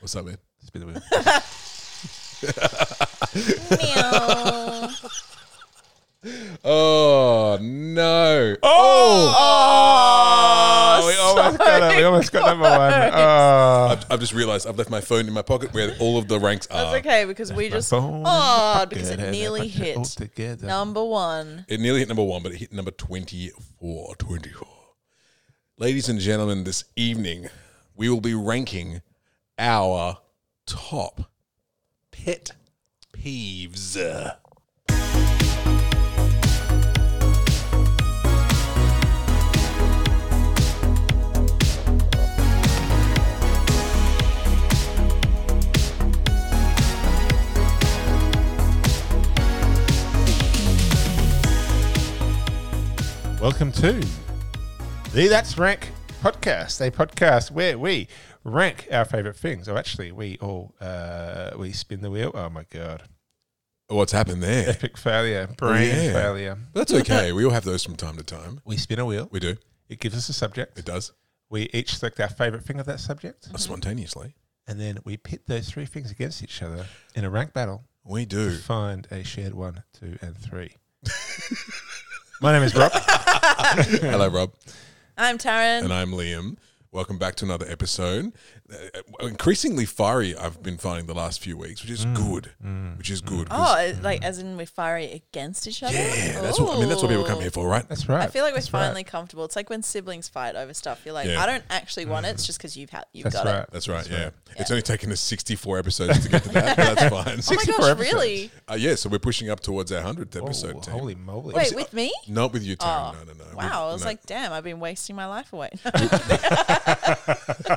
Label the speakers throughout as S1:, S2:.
S1: What's up, man? It's been a minute.
S2: Meow.
S1: Oh no! Oh,
S2: Oh,
S3: we almost got it. We almost got number one. Oh.
S1: I've, I've just realised I've left my phone in my pocket where all of the ranks are.
S2: That's okay because we just
S3: phone.
S2: oh because it
S3: Together,
S2: nearly
S3: put it all
S2: hit
S3: together.
S2: number one.
S1: It nearly hit number one, but it hit number 24. 24. Ladies and gentlemen, this evening we will be ranking our top pet peeves.
S3: Welcome to the That's Rank podcast, a podcast where we rank our favorite things. Or actually, we all uh, we spin the wheel. Oh my god,
S1: What's happened there?
S3: epic failure, brain
S1: yeah.
S3: failure.
S1: But that's okay. We all have those from time to time.
S3: We spin a wheel.
S1: We do.
S3: It gives us a subject.
S1: It does.
S3: We each select our favorite thing of that subject,
S1: Spontaneously.
S3: and then we pit those three things against each other in a rank battle
S1: We
S3: to
S1: do.
S3: find a shared one, two, and three. my name is Rob.
S1: Hello, Rob.
S2: I'm Taryn.
S1: And I'm Liam. Welcome back to another episode. Uh, increasingly fiery, I've been finding the last few weeks, which is good. Which is good. 'cause-
S2: oh, it- like as in we're fiery against each other.
S1: mm. yeah, that's what I mean. That's what people come here for, right?
S3: That's right.
S2: I feel like we're
S3: That's right.
S2: finally comfortable. It's like when siblings fight over stuff. You're like,
S1: Yeah. Mm.
S2: I don't actually want it. It's just because you've had you've
S3: That's
S2: got
S3: right.
S2: it.
S1: That's right. yeah. It's only taken us 64 episodes to get to that, but that's fine.
S2: Oh my
S3: 64
S2: gosh,
S3: episodes.
S2: really?
S1: Uh, yeah, so we're pushing up towards our 100th episode. team.
S3: holy moly!
S2: Wait, with me?
S1: Not with you, Taryn.
S2: Oh,
S1: no, no, no. With-
S2: Wow, I was
S1: no.
S2: like, damn, I've been wasting my life away.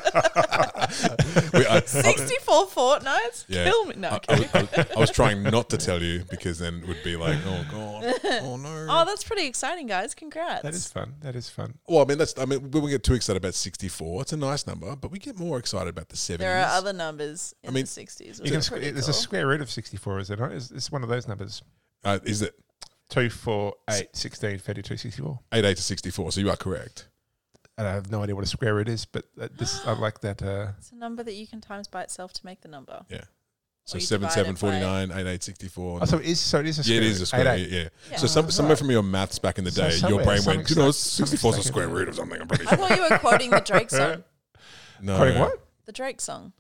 S1: We- I, I-
S2: Sixty-four fortnights,
S1: yeah. Uh,
S2: kill me. No,
S1: I, I
S2: okay.
S1: was, I was- I was trying not to tell you because then it would be like, oh, God. Oh, no.
S2: oh, that's pretty exciting, guys. Congrats.
S3: That is fun. That is fun.
S1: Well, I mean, that's, I mean, we won't get too excited about 64. It's a nice number, but we get more excited about the 70s.
S2: there are other numbers in
S1: mean,
S2: the sixties.
S3: You can squ- there's a square root of 64, is there not? It's, it's one of those numbers.
S1: uh, is it
S3: 2, 4, 8, 16, 32, 64.
S1: 88 to 64? So you are correct.
S3: And I have no idea what a square root is, but that, this I like that. Uh,
S2: It's a number that you can times by itself to make the number.
S1: Yeah. So
S2: Or you
S1: 7,
S2: divide
S1: 7,
S2: it by-
S1: 49, 88, 64.
S3: oh, so it is. So it is a
S1: Yeah,
S3: square.
S1: it is a
S3: root.
S1: square
S3: Eight,
S1: root.
S3: eight.
S1: Yeah.
S2: Yeah.
S1: So some, somewhere from your maths back in the
S3: So
S1: day, your
S3: somewhere,
S1: brain
S3: some
S1: went, you know,
S3: exact-
S1: 64 is a
S3: some
S1: square
S3: exact-
S1: root of something. I'm pretty
S2: I
S1: sure.
S2: thought you were quoting the Drake song.
S1: No.
S3: Quoting what?
S2: The Drake song.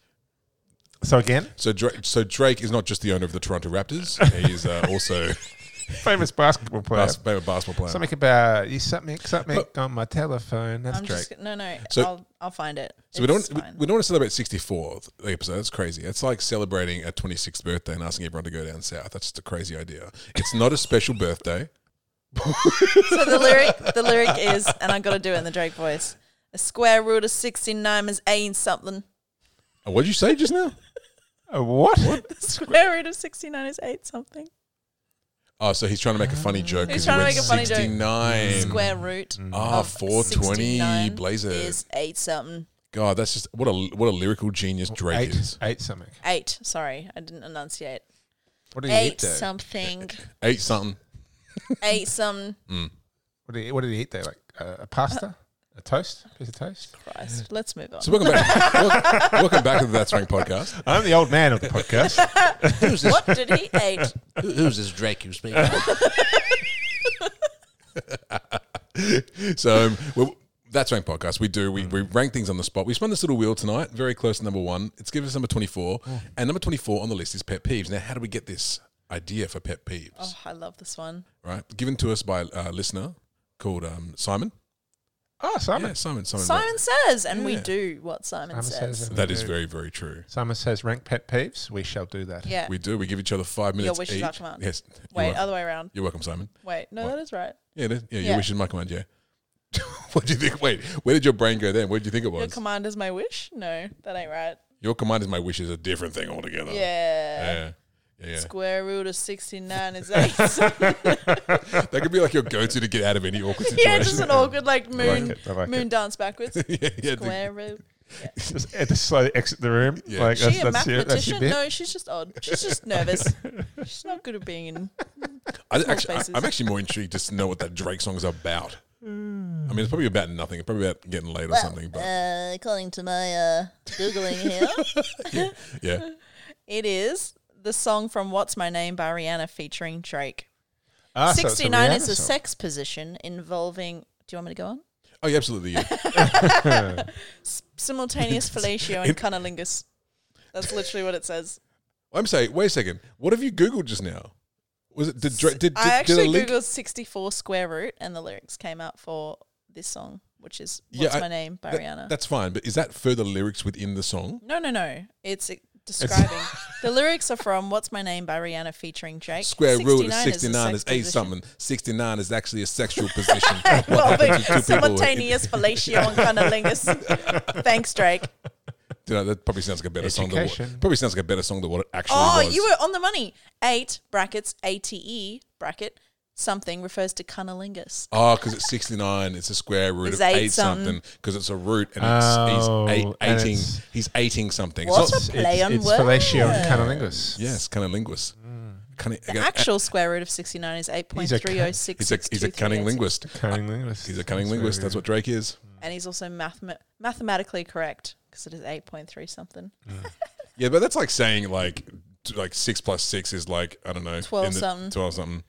S3: So again,
S1: So Drake, so Drake is not just the owner of the Toronto Raptors. He's uh, also
S3: famous basketball player.
S1: bas- favorite basketball player.
S3: Something about you. Something. Something on my telephone. That's
S2: I'm
S3: Drake.
S2: just no, no.
S1: So-
S2: I'll I'll find it.
S1: So we don't
S2: It's
S1: we,
S2: fine.
S1: we don't want to celebrate 64 the episode. That's crazy. It's like celebrating a 26th birthday and asking everyone to go down south. That's just a crazy idea. It's not a special birthday.
S2: So the lyric, the lyric is, and I got to do it in the Drake voice. A square root of sixty nine is ain't something.
S1: Uh, What did you say just now?
S3: Uh, what?
S2: The square root of sixty nine is eight something.
S1: Oh, so he's trying to make a funny joke.
S2: He's
S1: 'cause he
S2: trying to
S1: went
S2: make a funny joke.
S1: 69.
S2: Square root
S3: Mm. Oh,
S1: Ah,
S2: of
S1: 420
S2: 69
S1: Blazers.
S2: is eight something.
S1: God, that's just what a what a lyrical genius Drake
S3: Eight.
S1: is.
S3: Eight something.
S2: Eight. Sorry, I didn't enunciate.
S3: What did he eat
S2: Eight
S3: though?
S2: something.
S1: Eight something.
S2: eight something.
S3: what, did he, what did he eat though? Like uh, a pasta, a toast, piece of toast.
S2: Christ. Let's move on.
S1: So welcome back. welcome, welcome back to the That's Rank podcast.
S3: I'm the old man of the podcast.
S4: Who's this?
S2: what did he eat?
S4: Who, who's this Drake who's speaking?
S1: So um, we're, That's Rank podcast. We do we, we rank things on the spot. We spun this little wheel tonight, very close to number one. It's given us number twenty four,
S2: Oh.
S1: and number twenty four on the list is pet peeves. Now, how do we get this idea for pet peeves?
S2: Oh, I love this one.
S1: Right, given to us by a listener called um, Simon.
S3: Oh, Simon.
S1: Yeah, Simon. Simon.
S2: Simon says, and we
S1: Yeah.
S2: do what Simon,
S3: Simon
S2: says.
S3: says.
S1: That is very very true.
S3: Simon says, rank pet peeves. We shall do that.
S2: Yeah.
S1: We do. We give each other five minutes.
S2: wishes
S1: each.
S2: are command.
S1: Yes.
S2: Wait, uh,
S1: You're, wel-
S2: other way around.
S1: you're welcome, Simon.
S2: Wait, no,
S1: What?
S2: that is right.
S1: Yeah, it is. yeah,
S2: Yeah.
S1: your wish is my command, yeah. what do you think? Wait, where did your brain go then? Where did you think it was?
S2: Your command is my wish? No, that ain't right.
S1: Your command is my wish is a different thing altogether.
S2: Yeah.
S1: Oh. Yeah. Yeah, yeah.
S2: Square root of 69 is 8.
S1: That could be like your go to to get out of any awkward situation.
S2: yeah, just an awkward like moon
S3: it, I like
S2: moon
S3: it.
S2: dance backwards.
S1: yeah, yeah, the-
S2: Square root.
S3: Just, uh, just slowly exit the room.
S1: Yeah.
S3: Like,
S2: She
S3: that's,
S2: a
S3: that's, your, that's your
S2: mathematician?
S3: bit.
S2: No, she's just odd. She's just nervous. she's not good at being in
S1: I, actually, I,
S2: spaces.
S1: I'm actually more intrigued just to know what that Drake song is about. I mean, it's probably about nothing. It's probably about getting laid or something. But
S2: uh, according to my uh, googling here, eh.
S1: yeah,
S2: it is the song from "What's My Name" by Rihanna featuring Drake.
S3: Ah, so it's a
S2: Sixty-nine is
S3: Rihanna
S2: a
S3: song.
S2: sex position involving. Do you want me to go on?
S1: oh, yeah, absolutely. Yeah.
S2: Simultaneous fellatio and cunnilingus. That's literally what it says.
S1: I'm saying, wait a second. What have you googled just now? Was it did Dra- did, did,
S2: I
S1: did
S2: actually
S1: a link?
S2: googled sixty-four square root, and the lyrics came out for this song, which is
S1: Yeah,
S2: "What's
S1: I-
S2: My Name" by
S1: That-
S2: Rihanna.
S1: that's fine, but is that further lyrics within the song?
S2: No, no, no. It's uh, describing. the lyrics are from "What's My Name" by Rihanna featuring Drake.
S1: Square root of
S2: 69
S1: sixty nine
S2: a
S1: is
S2: sex
S1: a
S2: position.
S1: something. Sixty nine is actually a sexual position.
S2: Well,
S1: Two
S2: the
S1: people-
S2: simultaneous fellatio and cunnilingus. Thanks, Drake.
S1: You know, that probably sounds like a better song. Than
S3: Education.
S1: what, probably sounds like a better song than what it actually
S2: Oh,
S1: was.
S2: you were on the money. Eight brackets ate bracket something refers to cunnilingus.
S1: Oh, because it's 69, it's a square root
S2: It's
S1: of
S2: eight
S1: 8 something, because it's a root and it's,
S3: Oh,
S1: he's eight,
S3: and
S1: 18,
S3: it's-
S1: he's 18 something.
S2: What?
S1: So
S2: It's a play on
S3: it's fellatio and
S2: words.
S3: cunnilingus.
S1: yes, kind of linguist.
S3: Mm.
S1: Cunning,
S2: The actual square root of sixty nine is eight point
S3: He's a cun-
S2: three oh six.
S1: he's a, he's a cunning linguist.
S3: Cunnilingus.
S1: He's a cunning linguist. That's what Drake is.
S2: and he's also mathema- mathematically correct because it is eight point three something.
S1: Yeah, but that's like saying like t- like six plus six is like I don't know
S2: 12
S1: in the-
S2: something.
S1: Twelve something.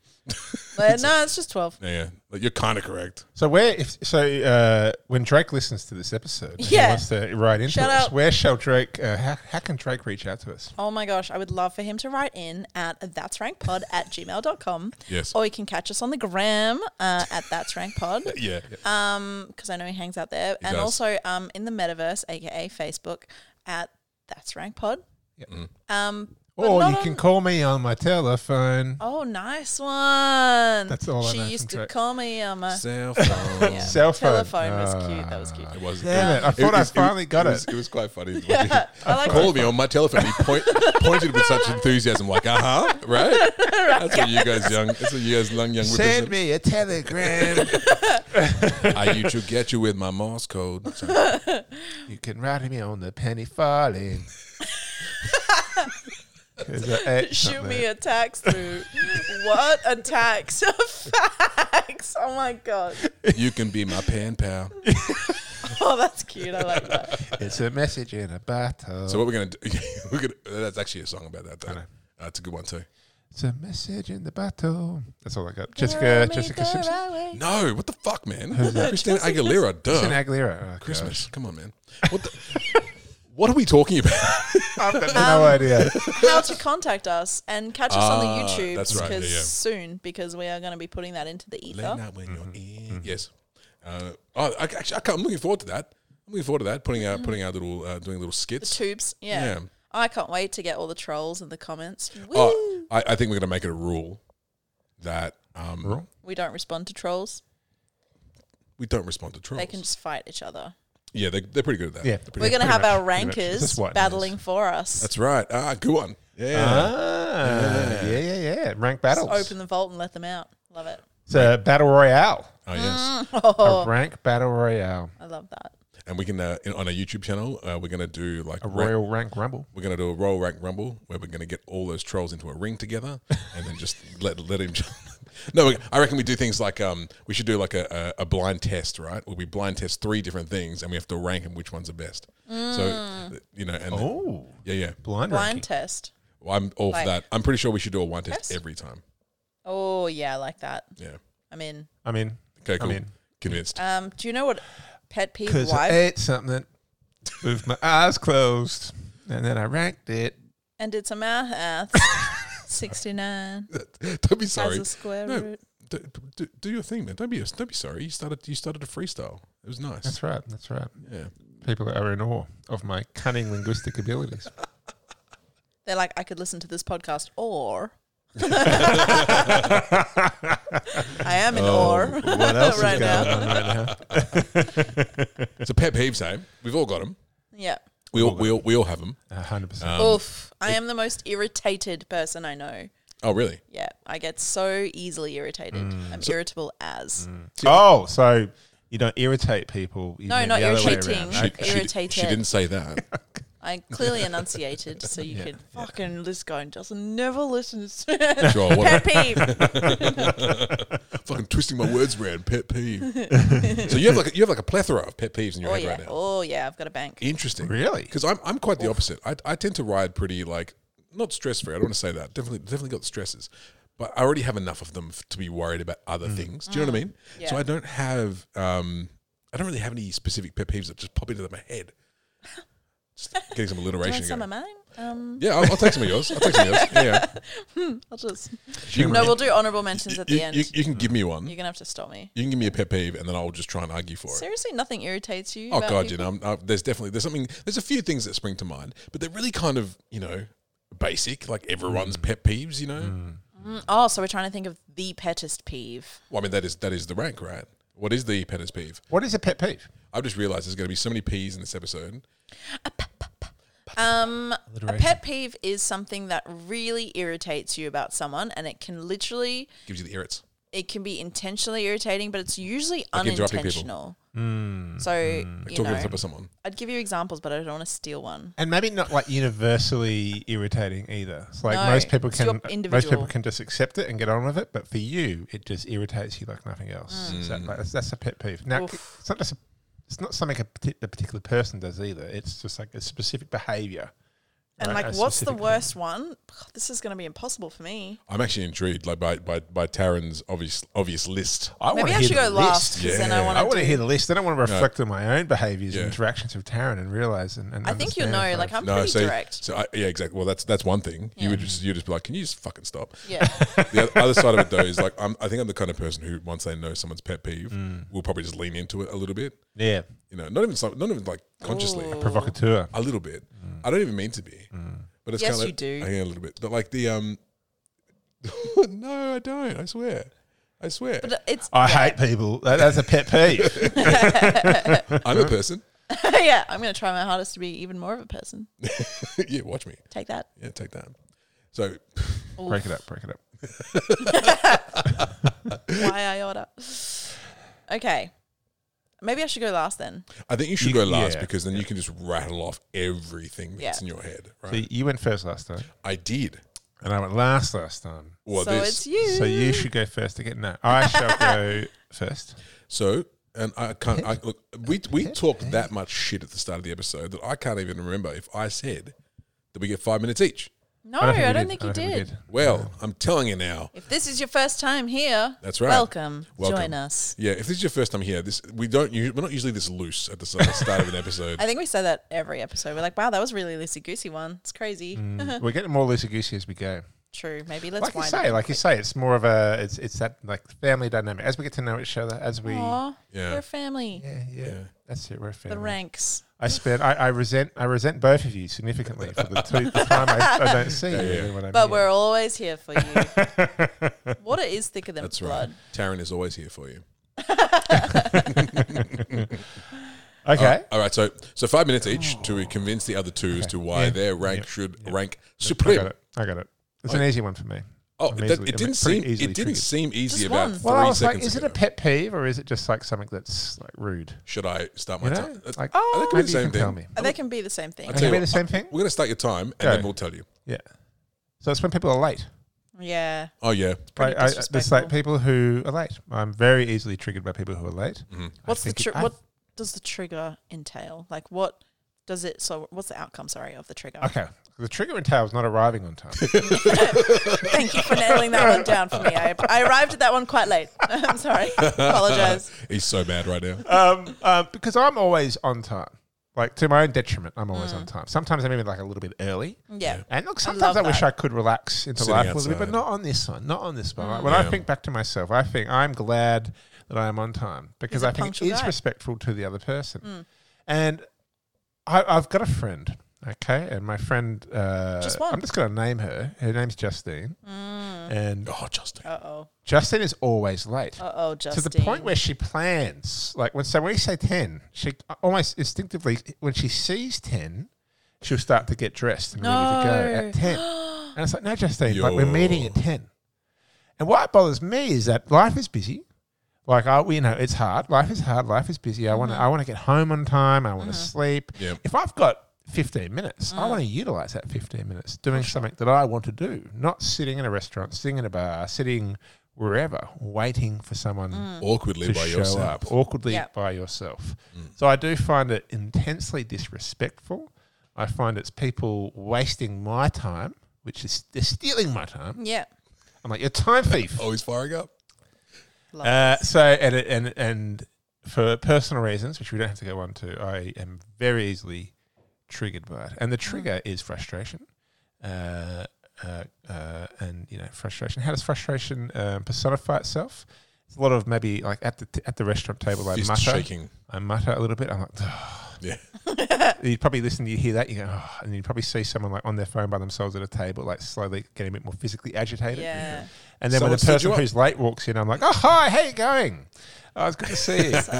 S2: But no, it's just twelve.
S1: Yeah, yeah. Like, you're kind of correct.
S3: So where if so uh, when Drake listens to this episode, and he
S2: Yeah.
S3: wants to write into
S2: Shout
S3: us.
S2: out.
S3: Where shall Drake? Uh, how, how can Drake reach out to us?
S2: Oh my gosh, I would love for him to write in at that's rank pod at gmail.com.
S1: Yes.
S2: Or you can catch us on the gram uh, at that's rank pod
S1: Yeah.
S2: Ah. because I know he hangs out there. and
S1: does.
S2: also um, in the metaverse, aka Facebook, at that's rank pod.
S3: Yep.
S1: Mm.
S2: Um, but
S3: Or
S2: not
S3: Oh, you can
S2: on-
S3: call me on my telephone.
S2: Oh, nice one.
S3: That's all I
S2: She
S3: know
S2: used
S3: from
S2: to
S3: Drake.
S2: call me on my
S1: Cell phone.
S2: yeah.
S3: Cell phone. Ah.
S2: Telephone was cute. That was cute.
S1: It was.
S3: Damn it! I thought I
S1: was-
S3: finally got
S1: was-
S3: it.
S1: It was quite funny.
S2: Yeah, I like
S1: Called me on my telephone. He point, pointed with such enthusiasm, like, "Uh huh, right? That's what you guys young. That's what you guys young young.
S3: Send
S1: with
S3: me a telegram.
S1: this- I you to get you with my Morse code. So,
S3: you can write me on the penny farthing. 'Cause I ate
S2: Shoot
S3: something.
S2: me a tax through. what a tax. Facts. Oh my God.
S1: you can be my pen pal.
S2: Oh, that's cute. I like that.
S3: It's a message in a bottle.
S1: So what we're gonna do? We're gonna. That's actually a song about that. Though.
S3: know.
S1: That's a good one too.
S3: it's a message in the bottle. That's all I got. Jessica, Jessica Simpson.
S1: No, what the fuck, man? Christina Aguilera, duh.
S3: Christina Aguilera. Oh,
S1: Christmas. Come on, man. What the? what are we talking about?
S3: gosh. I've got no idea.
S2: How to contact us and catch us on the
S1: Ah,
S2: YouTube
S1: that's right, yeah, yeah.
S2: soon because we are going to be putting that into the
S1: Late
S2: ether.
S1: night when you're in. Mm-hmm. Yes. Uh, oh, I, actually, I can't, I'm looking forward to that. I'm looking forward to that. Putting out, putting out little, uh, doing little
S2: The
S1: skits.
S2: tubes. Yeah.
S1: Yeah.
S2: I can't wait to get all the trolls and the comments. Woo!
S1: Oh, I, I think we're gonna make it a rule that um,
S3: Rule?
S2: We don't respond to trolls.
S1: we don't respond to trolls.
S2: They can just fight each other.
S1: yeah, they, they're pretty good at that.
S3: Yeah.
S1: They're pretty
S2: We're going to
S3: pretty
S2: have
S3: much,
S2: our
S3: pretty much.
S2: rankers
S3: Just white noise.
S2: battling for us.
S1: That's right. Ah, good one. Yeah.
S3: Ah, yeah, yeah, yeah. Rank battles.
S2: Just open the vault and let them out. Love it.
S3: It's a battle royale.
S1: Oh yes.
S2: Ah.
S3: A
S2: Oh.
S3: rank battle royale.
S2: I love that.
S1: And we can uh, in, on our YouTube channel, uh, we're gonna do like
S3: A
S1: rank-
S3: royal rank rumble.
S1: We're gonna do a roll rank rumble where we're gonna get all those trolls into a ring together and then just let let him. No, we- I reckon we do things like um, we should do like a, a, a blind test, right? Where we blind test three different things and we have to rank them which one's the best.
S2: Mm.
S1: So you know, and
S3: Oh,
S1: yeah, yeah,
S3: blind,
S2: Blind
S3: ranking.
S2: test.
S1: well, I'm all
S2: Like-
S1: for that. I'm pretty sure we should do a blind test
S2: Yes.
S1: every time.
S2: Oh yeah, I like that.
S1: Yeah.
S2: I mean,
S3: I'm in.
S1: Okay. Cool.
S3: I'm in.
S1: Convinced.
S2: um, do you know what pet peeve
S3: Because I
S2: wife
S3: ate something with my eyes closed, and then I ranked it.
S2: and did some math at sixty nine
S1: don't be
S2: has
S1: sorry.
S2: a square
S1: No.
S2: root.
S1: Do, do, do your thing, man. Don't be don't be sorry. You started you started a freestyle. It was nice.
S3: That's right. That's right.
S1: yeah.
S3: People are in awe of my cunning linguistic abilities.
S2: They're like, I could listen to this podcast, or I am an or
S3: Oh, What else is
S2: Right
S3: going
S2: now.
S3: on right now?
S1: It's a pet peeve, same. We've all got them.
S2: Yeah.
S1: We all, we all, we all have them.
S3: A hundred percent.
S1: Um,
S2: Oof. I am the most irritated person I know.
S1: Oh, really?
S2: Yeah, I get so easily irritated.
S1: Mm.
S2: I'm irritable as.
S3: Oh, so you don't irritate people? You
S2: No,
S3: mean
S2: not
S3: the other way around.
S2: irritating. She-
S1: She,
S2: Irritated.
S1: she didn't say that.
S2: I clearly enunciated, so you could fucking this guy doesn't never listens.
S1: Sure, what
S2: Pet peeve.
S1: fucking twisting my words around. Pet peeve. so you have like you have like a plethora of pet peeves in your
S2: Oh
S1: head
S2: yeah.
S1: right now.
S2: Oh yeah. I've got a bank.
S1: Interesting,
S3: Really?
S1: Because I'm I'm quite the opposite. I, I tend to ride pretty like not stress free. I don't want to say that. Definitely definitely got the stresses, but I already have enough of them f- to be worried about other things. Do you know what I mean?
S2: Mm. Yeah.
S1: So I don't have um I don't really have any specific pet peeves that just pop into my head. Just getting some
S2: Do you
S1: alliteration.
S2: want some
S1: going.
S2: of mine? Um,
S1: Yeah, I'll, I'll take some of yours. I'll take some of yours. Yeah,
S2: I'll just.
S1: you can,
S2: No, we'll do honorable mentions at
S1: you-
S2: the end. Mm.
S1: You, you can give me one.
S2: You're gonna have to stop me.
S1: You can give me a pet peeve, and then I'll just try and argue for it.
S2: Seriously, nothing irritates you.
S1: Oh
S2: about
S1: God, you
S2: people?
S1: know, I'm, I, there's definitely there's something there's a few things that spring to mind, but they're really kind of you know basic, like everyone's pet peeves. You know,
S2: Mm, Oh, so we're trying to think of the pettest peeve.
S1: well, I mean that is that is the rank, right? What is the pettest peeve?
S3: What is a pet peeve?
S1: I've just realised there's going to be so many P's in this episode.
S2: Um, a
S3: Alliteration.
S2: pet peeve is something that really irritates you about someone, and it can literally,
S1: Gives you the irrits.
S2: it can be intentionally irritating, but it's usually
S1: Like interrupting people. Hmm.
S2: unintentional. So you
S1: Talking on
S2: know,
S1: top of someone.
S2: I'd give you examples, but I don't want to steal one.
S3: And maybe not like universally irritating either. It's like
S2: No,
S3: most people
S2: it's your
S3: can most people
S2: individual.
S3: can just accept it and get on with it, but for you, it just irritates you like nothing else. So like, that's, that's a pet peeve. Now,
S2: Mm. Oof.
S3: it's not just a, it's not something a, parti- a particular person does either. It's just like a specific behavior.
S2: And
S3: right?
S2: like,
S3: A
S2: what's the
S3: specific-
S2: worst one? God, this is going to be impossible for me.
S1: I'm actually intrigued, like by by by Taryn's obvious obvious list.
S3: I
S2: Maybe
S3: wanna
S2: I
S3: hear
S2: should
S3: the
S2: go last
S3: list.
S2: because then I
S1: Yeah.
S2: want
S3: I want
S2: to.
S3: to hear the list. Then I want to reflect on my own behaviors
S1: Yeah.
S3: and interactions with Taryn and realize. And, and
S2: I think you'll
S3: understand
S2: know.
S3: if
S2: Like,
S3: I've-
S2: I'm pretty
S1: so,
S2: direct.
S1: So I, yeah, exactly. Well, that's that's one thing. You
S2: Yeah.
S1: would just you just be like, can you just fucking stop?
S2: Yeah.
S1: the oth- other side of it though is like I'm, I think I'm the kind of person who once they know someone's pet peeve, will probably just lean into it a little bit.
S3: yeah,
S1: You know, not even some, not even like consciously,
S2: Ooh.
S3: provocateur.
S1: a little bit. I don't even mean to be, but it's
S2: Yes,
S1: kind of
S2: you do.
S1: I think a little bit, but like the um, no, I don't. I swear, I swear,
S2: But it's
S3: I hate people. That, that's a pet peeve.
S1: I'm a person.
S2: yeah. I'm going to try my hardest to be even more of a person.
S1: yeah, watch me.
S2: Take that.
S1: Yeah, take that. So
S3: break it up. Break it up.
S2: Why I order. Okay. Maybe I should go last then.
S1: I think you should
S3: You-
S1: go last
S3: yeah.
S1: because then you can just rattle off everything that's
S2: Yeah.
S1: in your head, right?
S3: So you went first last time,
S1: I did.
S3: and I went last last time.
S1: Well,
S2: so
S1: this.
S2: it's you.
S3: So you should go first again. No, I shall go first.
S1: So, and I can't. I, look, we we talked that much shit at the start of the episode that I can't even remember if I said that we get five minutes each.
S2: No, I
S3: we
S2: don't, think
S3: I
S2: you
S3: we
S2: did.
S1: Well, I'm telling you now.
S2: If this is your first time here,
S1: That's right.
S2: Welcome.
S1: Welcome.
S2: Join us.
S1: Yeah, if this is your first time here, this we don't. u- We're not usually this loose at the start start of an episode.
S2: I think we say that every episode. We're like, wow, that was really loosey goosey one. It's crazy.
S1: Mm.
S3: We're getting more loosey goosey as we go.
S2: True. Maybe let's
S3: Like you
S2: wind
S3: say,
S2: up.
S3: like you say, it's more of a it's it's that like family dynamic. As we get to know each other, as we
S2: Aw,
S1: Yeah.
S2: we're family.
S3: yeah, yeah,
S1: Yeah.
S3: that's it. We're a family.
S2: The ranks.
S3: I spend I, I resent I resent both of you significantly for the, two, the time I, I don't see you.
S1: Yeah.
S3: and when I'm here.
S2: But we're always here for you. Water is thicker than
S1: That's right.
S2: blood.
S1: Taryn is always here for you.
S3: okay.
S1: All right, so so five minutes each
S2: Oh.
S1: to convince the other two as to why
S3: Yeah.
S1: their rank should rank
S3: I
S1: supreme.
S3: got it. I got it. It's an easy one for me.
S1: Oh,
S3: I'm
S1: it,
S3: easily-
S1: it
S3: I'm
S1: didn't
S3: pretty
S1: seem
S3: easily
S1: it didn't
S3: triggered.
S1: seem easy
S2: Just
S1: about
S2: one.
S1: three
S3: Well, I was like,
S1: seconds
S3: is it
S1: ago.
S3: a pet peeve or is it just like something that's like rude?
S1: should I start my
S3: You
S1: time? Uh,
S3: know, like
S1: I think we
S3: Oh, maybe
S1: did the
S3: you
S1: same
S3: can tell
S1: thing.
S3: me.
S2: Oh, they can be the same thing.
S1: I
S3: Can
S1: tell
S3: it
S1: you
S3: be the same thing?
S1: We're gonna start your time, and
S3: Go.
S1: then we'll tell you.
S3: Yeah. So it's when people are late.
S2: Yeah.
S1: Oh yeah,
S2: Pretty
S3: Like, I, it's
S2: disrespectful.
S3: like people who are late. I'm very easily triggered by people who are late.
S1: Mhm.
S3: I
S2: What's the
S3: think it-
S2: tri-
S3: I-
S2: what does the trigger entail? Like what does it so what's the outcome sorry of the trigger?
S3: Okay. The trigger entails not arriving on time.
S2: Thank you for nailing that one down for me. I, I arrived at that one quite late. I'm sorry. Apologize.
S1: he's so bad right now.
S3: um, um, because I'm always on time. Like to my own detriment, I'm always
S2: Mm.
S3: on time. Sometimes I'm even like a little bit early.
S2: Yeah.
S3: And look,
S2: love
S3: sometimes I, wish
S2: that.
S3: I could relax into
S1: Sitting
S3: life a little bit, but
S1: outside.
S3: not on this one. Not on this
S2: Mm.
S3: one. Like, when
S1: Yeah.
S3: I think back to myself, I think I'm glad that I am on time because
S2: a
S3: I think
S2: punctual Mm.
S3: it is
S2: guy.
S3: respectful to the other person. And I, I've got a friend, okay, and my friend, uh,
S2: Just one. Mm.
S3: I'm just going to name her. Her name's Justine, and
S1: Oh, Justin.
S2: Uh oh.
S3: Justine is always late
S2: Uh oh, Justine.
S3: to the point where she plans. Like when so when we say ten, she almost instinctively when she sees ten, she'll start to get dressed and ready to go
S2: No.
S3: at ten. and it's like, no, Justine, like we're
S1: Yo.
S3: meeting at ten. And what bothers me is that life is busy. Like I, you know, it's hard. Life is hard. Life is busy. I want to. I want to get home on time. I want to sleep.
S1: Yeah.
S3: If I've got 15 minutes. I want to utilize that 15 minutes doing something that I want to do, not sitting in a restaurant, sitting in a bar, sitting wherever, waiting for someone
S2: Mm.
S1: awkwardly
S3: to
S1: by
S3: show
S1: yourself. Mm.
S3: up awkwardly
S2: Yep.
S3: by yourself. So I do find it intensely disrespectful. I find it's people wasting my time, which is they're stealing my time.
S2: Yeah.
S3: I'm like, you're a time thief.
S1: Oh, he's firing up.
S2: Love
S3: Uh,
S2: this.
S3: so and it- and and for personal reasons, which we don't have to go on to, I am very easily triggered by it, and the trigger is frustration. Uh, uh, uh, and you know, frustration. How does frustration um, personify itself? It's a lot of maybe like at the t- at the restaurant table, I
S1: Fist
S3: mutter,
S1: shaking.
S3: I mutter a little bit. I'm like, "Ugh."
S1: Yeah.
S3: you'd probably listen, you hear that, you go, oh, and you'd probably see someone like on their phone by themselves at a table, like slowly getting a bit more physically agitated.
S2: yeah.
S3: And then
S1: Someone
S3: when the
S1: stood
S3: person
S1: you up.
S3: who's late walks in, I'm like, oh, hi, how you going? Oh, it's good to see you.
S2: Abs-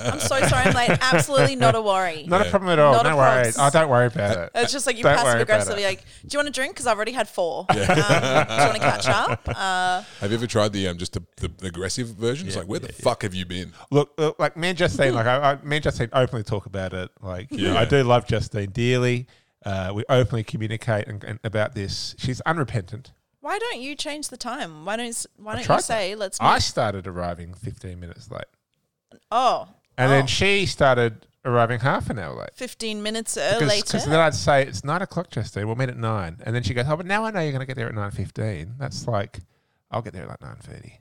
S2: I'm so sorry I'm late. Absolutely not a worry.
S3: Not
S1: Yeah.
S3: a problem at all.
S2: Not a Uh,
S3: no worries.
S2: probs.
S3: I don't worry about it.
S2: It's just like you
S3: Don't
S2: passive
S3: worry about
S2: aggressively
S3: it.
S2: like, do you want a drink? Because I've already had four. Um, do you want to catch up? Uh,
S1: Have you ever tried the um just the, the aggressive version? it's like where the fuck have you been?
S3: Look, look, like me and Justine, like I, I, me and Justine openly talk about it. Like you know,
S1: Yeah.
S3: I do love Justine dearly. Uh, we openly communicate and, and about this. She's unrepentant.
S2: why don't you change the time? Why don't s- Why don't
S3: tried
S2: you
S3: that.
S2: say let's?
S3: I
S2: meet-
S3: started arriving 15 minutes late,
S2: oh,
S3: and
S2: oh,
S3: then she started arriving half an hour late.
S2: fifteen minutes uh, later.
S3: Because then I'd say it's nine o'clock, Justine. We'll meet at nine, and then she goes, "Oh, but now I know you're going to get there at nine fifteen. That's like, I'll get there at like nine thirty.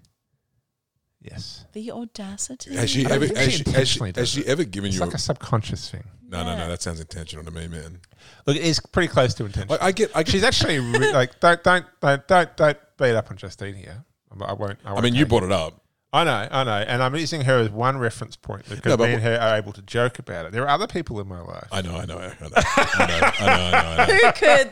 S3: Yes,
S2: the audacity.
S1: Has she
S3: I don't
S1: ever
S3: think
S1: has
S3: she
S1: she, has she,
S3: intentionally
S1: has
S3: does
S1: she
S3: it.
S1: ever given
S3: it's
S1: you
S3: like
S1: a,
S3: a subconscious thing.
S1: No, no, no, that sounds intentional to me, man.
S3: Look, it is pretty close to intentional.
S1: Like I get I get
S3: She's actually re- like, don't, don't, don't, don't, don't beat up on Justine here. I'm- I won't. I,
S1: I
S3: won't
S1: mean you
S3: take
S1: brought it up.
S3: I know, I know, and I'm using her as one reference point
S1: No,
S3: because
S1: but
S3: me and her are able to joke about it. There are other people in my life.
S1: I know, I know, I know. I know, I know, I know, I know.
S2: Who could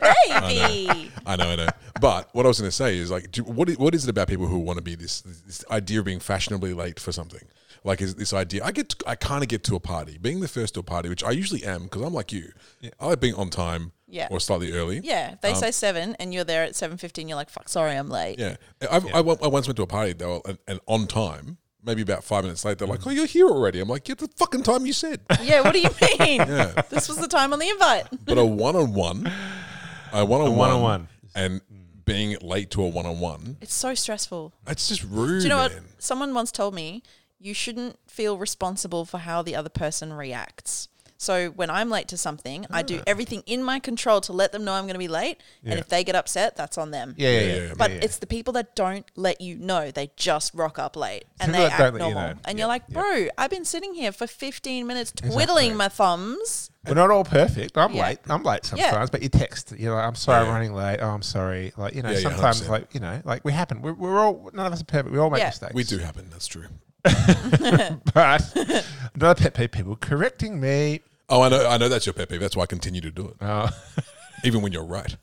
S2: they be?
S1: I know, I know. But what I was going to say is like, do, what i- what is it about people who want to be this this idea of being fashionably late for something? Like, is this idea? I get, I kind of get to a party, being the first to a party, which I usually am because I'm like you. I like being on time,
S2: Yeah.
S1: or slightly early.
S2: Yeah,
S3: Um,
S2: if they say seven, and you're there at seven fifteen. You're like, fuck, sorry, I'm late.
S1: yeah. I've, I, wa- I once went to a party they were and, and on time. Maybe about five minutes late, they're like,
S2: Mm.
S1: "Oh, you're here already." I'm like, "Yeah, the fucking time you said."
S2: Yeah, what do you mean? This was the time on the invite.
S1: but a one-on-one, a one-on-one,
S3: one-on-one.
S1: and
S2: Mm.
S1: being late to a one-on-one,
S2: It's so stressful.
S1: it's just rude.
S2: Do you know
S1: man.
S2: what? Someone once told me you shouldn't feel responsible for how the other person reacts. So when I'm late to something, I do everything in my control to let them know I'm going to be late. And
S3: Ah. Yeah.
S2: if they get upset, that's on them.
S3: yeah, yeah, yeah.
S1: Yeah, yeah,
S2: But
S3: yeah.
S2: it's the people that don't let you know. They just rock up late and
S3: people
S2: they
S3: that don't
S2: act
S3: let you
S2: normal.
S3: know.
S2: And you're like, bro, I've been sitting here for 15 minutes twiddling my thumbs.
S3: We're not all perfect. I'm
S2: Yeah.
S3: late. I'm late sometimes, but you text. You're like, I'm sorry,
S1: Yeah.
S3: I'm running late. Oh, I'm sorry. Like, you know,
S1: Yeah, yeah,
S3: sometimes,
S1: 100%.
S3: like, you know, like we happen. We're, we're all, none of us are perfect. We all make
S2: Yeah.
S3: mistakes.
S1: We do happen. That's true.
S3: But another pet peeve people correcting me.
S1: Oh, I know. I know that's your pet peeve. That's why I continue to do it,
S3: Oh,
S1: even when you're right.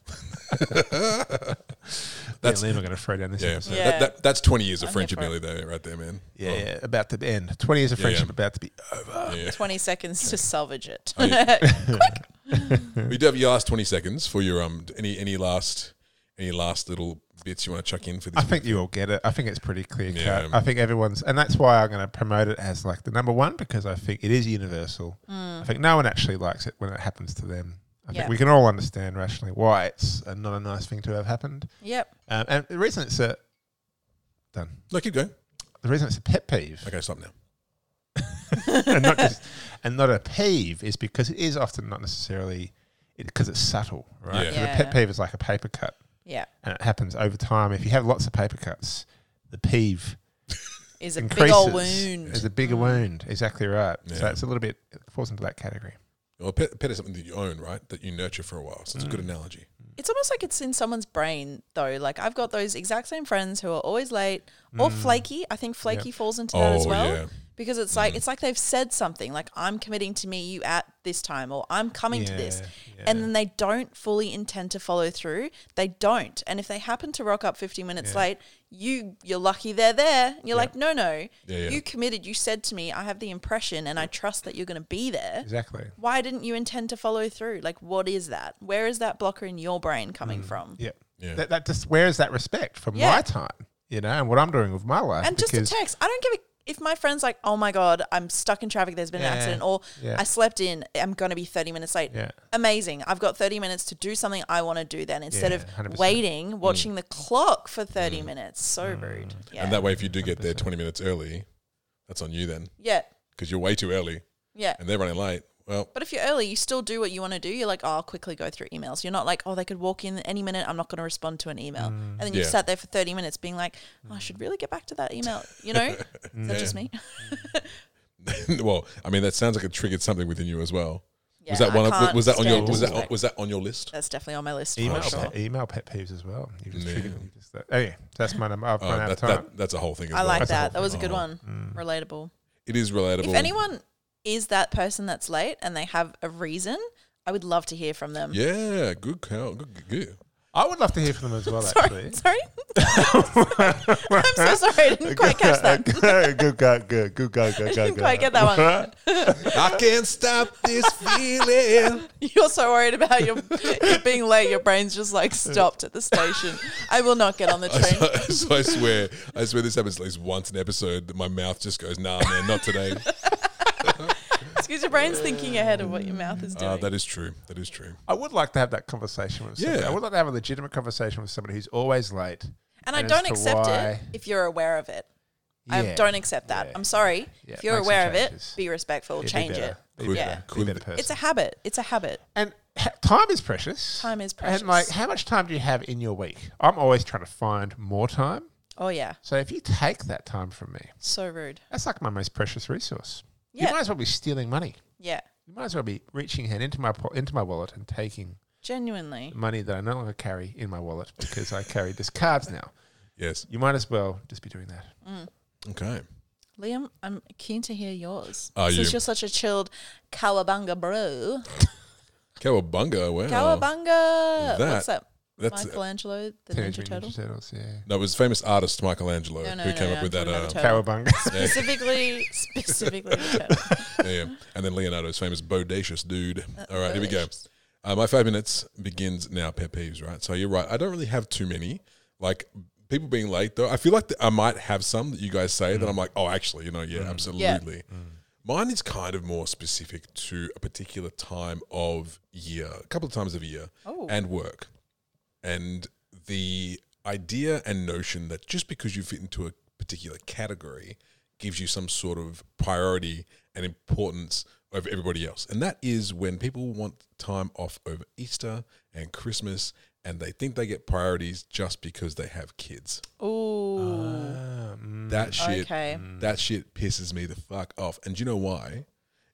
S3: that's never going to throw down this
S1: Yeah,
S3: episode.
S1: That, that, that's twenty years of
S2: I'm here
S1: friendship,
S2: for it.
S1: nearly there, right there, man.
S3: Yeah, yeah, about to end. 20 years of
S1: Yeah, yeah.
S3: friendship about to be over.
S1: Oh, Yeah.
S2: 20 seconds to salvage it.
S1: Oh, We do have your last twenty seconds for your um. Any any last any last little bits you want to chuck in for
S3: I
S1: this?
S3: think you all get it. I think it's pretty clear cut.
S1: Yeah.
S3: I think everyone's, and that's why I'm going to promote it as like the number one because I think it is universal.
S2: Mm,
S3: I think no one actually likes it when it happens to them. I
S2: Yeah.
S3: think we can all understand rationally why it's uh not a nice thing to have happened.
S2: yep.
S3: Um, and the reason it's a done.
S1: No, keep going.
S3: The reason it's a pet peeve
S1: Okay, stop now.
S3: and not just, and not a peeve is because it is often not necessarily because it's subtle, right?
S1: Yeah.
S3: 'Cause A
S2: Yeah.
S3: pet peeve is like a paper cut,
S2: Yeah.
S3: and it happens over time. If you have lots of paper cuts, the peeve
S2: Is a big
S3: increases.
S2: old wound.
S3: There's a
S2: Mm.
S3: bigger wound. Exactly right. So
S1: Yeah.
S3: it's a little bit it falls into that category.
S1: Well, a pet, pet is something that you own, right? That you nurture for a while. So it's a good
S3: Mm.
S1: analogy.
S2: It's almost like it's in someone's brain, though. Like I've got those exact same friends who are always late or flaky. I think flaky falls into that as
S1: Mm. Oh,
S2: well.
S1: yeah. Mm.
S2: Because it's like it's like they've said something like I'm committing to meet you at this time or I'm coming to this.
S3: Yeah,
S2: And then they don't fully intend to follow through. They don't. And if they happen to rock up 15 minutes late, you you're lucky they're there. You're like, "No, no.
S1: Yeah, yeah.
S2: You committed. You said to me, I have the impression and I trust that you're going to be there."
S3: Exactly.
S2: why didn't you intend to follow through? Like, what is that? Where is that blocker in your brain coming
S3: Mm.
S2: from?
S3: Yeah.
S1: Yeah.
S3: That, that just where is that respect for
S2: Yeah.
S3: my time, you know, and what I'm doing with my life?
S2: And just a
S3: because
S2: text. I don't give a if my friend's like, oh my God, I'm stuck in traffic, there's been
S3: Yeah.
S2: an accident, or
S3: Yeah.
S2: I slept in, I'm going to be 30 minutes late.
S3: Yeah.
S2: Amazing. I've got 30 minutes to do something I want to do then instead
S3: Yeah,
S2: of
S3: 100%. Mm.
S2: waiting, watching the clock for 30 minutes. So rude. Yeah.
S1: And that way, if you do get there 20 minutes early, that's on you then
S2: yeah.
S1: because you're way too early
S2: Yeah.
S1: and they're running late. Well,
S2: But if you're early, you still do what you want to do. You're like, oh, I'll quickly go through emails. You're not like, oh, they could walk in any minute. I'm not going to respond to an email. And then you
S1: Mm. Yeah. Mm.
S2: sat there for 30 minutes being like, oh, I should really get back to that email. You know? Is that just me?
S1: well, I mean, that sounds like it triggered something within you as well. was
S2: Yeah,
S1: that
S2: I
S1: one? Of,
S2: can't
S1: was that on your?
S2: stand
S1: Was
S2: to
S1: that
S2: expect-
S1: was that on your list?
S2: That's definitely on my list. for
S3: Email,
S2: sure.
S3: pet, email pet peeves as well. You just
S1: Yeah.
S3: triggered me. Just that. Anyway, that's my number. I've
S1: Oh,
S3: run out of
S1: that,
S3: time.
S1: that, that's a whole thing. As
S2: I
S1: well.
S2: like
S3: That's a
S2: that.
S3: whole
S2: That was a good
S1: thing.
S2: one. Relatable.
S1: It is Oh. Mm. relatable.
S2: If anyone is that person that's late and they have a reason, I would love to hear from them.
S1: yeah, good call. Good, good.
S3: I would love to hear from them as well,
S2: Sorry,
S3: actually.
S2: sorry. I'm so sorry. I didn't quite catch that.
S3: good guy, good, good guy, good guy.
S2: I didn't quite get that one.
S1: I can't stop this feeling.
S2: You're so worried about your you being late. Your brain's just like stopped at the station. I will not get on the train.
S1: so I swear, I swear, this happens at least once an episode that my mouth just goes, "Nah, man, not today." Uh,
S2: Because your brain's thinking ahead of what your mouth is doing.
S1: Uh, that is true. That is true.
S3: I would like to have that conversation with somebody.
S1: Yeah.
S3: I would like to have a legitimate conversation with somebody who's always late.
S2: and I
S3: as
S2: don't
S3: to
S2: accept it
S3: why-
S2: if you're aware of it. I
S3: Yeah.
S2: don't accept that.
S3: Yeah.
S2: I'm sorry.
S3: Yeah,
S2: If you're
S3: make some
S2: aware of it,
S3: changes.
S2: be respectful.
S3: Yeah, be
S2: change it.
S3: better. Be
S1: Could-
S3: better. Be
S1: could-
S3: better person.
S2: It's a habit. It's a habit.
S3: and ha- time is precious.
S2: Time is
S3: And like,
S2: precious.
S3: how much time do you have in your week? I'm always trying to find more time.
S2: Oh yeah,
S3: So if you take that time from me,
S2: so rude.
S3: that's like my most precious resource.
S2: Yeah.
S3: You might as well be stealing money.
S2: Yeah,
S3: You might as well be reaching hand into my po- into my wallet and taking
S2: genuinely.
S3: money that I no longer carry in my wallet because I carry just cards now.
S1: Yes.
S3: You might as well just be doing that.
S1: Okay.
S2: Mm. Liam, I'm keen to hear yours.
S1: Are
S2: Since
S1: you?
S2: you're such a chilled cowabunga bro.
S1: Cowabunga. Wow.
S2: Cowabunga!
S1: Oh. That-
S2: What's that?
S1: That's
S2: Michelangelo, the
S3: Teenage
S2: Ninja Turtle?
S3: Mutant Ninja Turtles, yeah.
S1: that was famous artist Michelangelo
S2: No, no,
S1: who
S2: no,
S1: came
S2: no,
S1: up with that.
S2: I'm talking
S1: Uh,
S3: Cowabunga.
S2: about
S1: yeah,
S2: Specifically, specifically the turtle.
S1: yeah. And then Leonardo's famous bodacious dude. All right, here we go.
S2: bodacious.
S1: Uh, my five minutes begins now. Pet peeves, right? So you're right. I don't really have too many. Like people being late, though. I feel like th- I might have some that you guys say that I'm like, oh, actually, you know, yeah, absolutely. Mine is kind of more specific to a particular time of year, a couple of times of year,
S2: Oh.
S1: and work, and the idea and notion that just because you fit into a particular category gives you some sort of priority and importance over everybody else. And that is when people want time off over Easter and Christmas and they think they get priorities just because they have kids.
S2: Ooh.
S3: Mm-hmm.
S1: That Oh, shit Mm.
S2: okay.
S1: that shit pisses me the fuck off. And do you know why?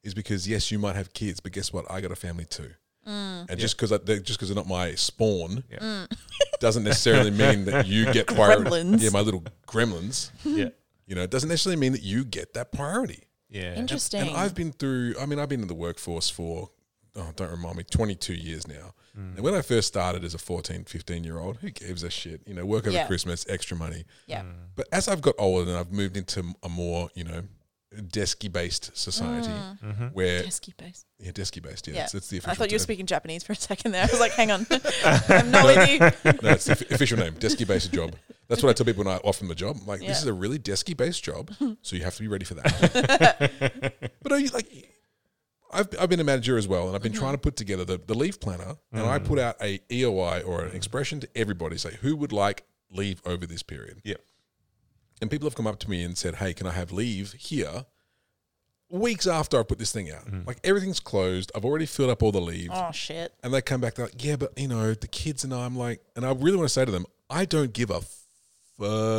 S1: Is because yes, you might have kids, but guess what? I got a family too. And just because they're just because they're not my spawn
S3: Yeah.
S1: doesn't necessarily mean that you get priority.
S2: Gremlins.
S1: Yeah, my little gremlins.
S3: yeah.
S1: You know, it doesn't necessarily mean that you get that priority.
S3: Yeah.
S2: Interesting.
S1: And I've been through, I mean, I've been in the workforce for, oh, don't remind me, 22 years now. And when I first started as a 14, 15 year old, who gives a shit? You know, work over
S2: Yeah.
S1: Christmas, extra money.
S2: yeah.
S1: But as I've got older and I've moved into a more, you know, desky based society
S3: Mm-hmm.
S1: where,
S2: Pesky base.
S1: yeah, desky based, yeah,
S2: Mm. Yeah.
S1: It's, it's the official
S2: I thought you were
S1: term.
S2: speaking Japanese for a second there. I was like, hang on. I'm not with you.
S1: No, it's the f- official name, desky based job. That's what I tell people when I offer them a job. I'm like,
S2: Yeah.
S1: this is a really desky based job, so you have to be ready for that. but are you like, I've, I've been a manager as well, and I've been trying to put together the, the leave planner, and I put out a EOI or an expression to everybody, say who would like leave over this period,
S3: Yeah.
S1: and people have come up to me and said, hey, can I have leave here? Weeks after I put this thing out, like everything's closed, I've already filled up all the leave.
S2: Oh, shit.
S1: And they come back, they're like, yeah, but you know, the kids and I, I'm like, and I really want to say to them, I don't give a fuck.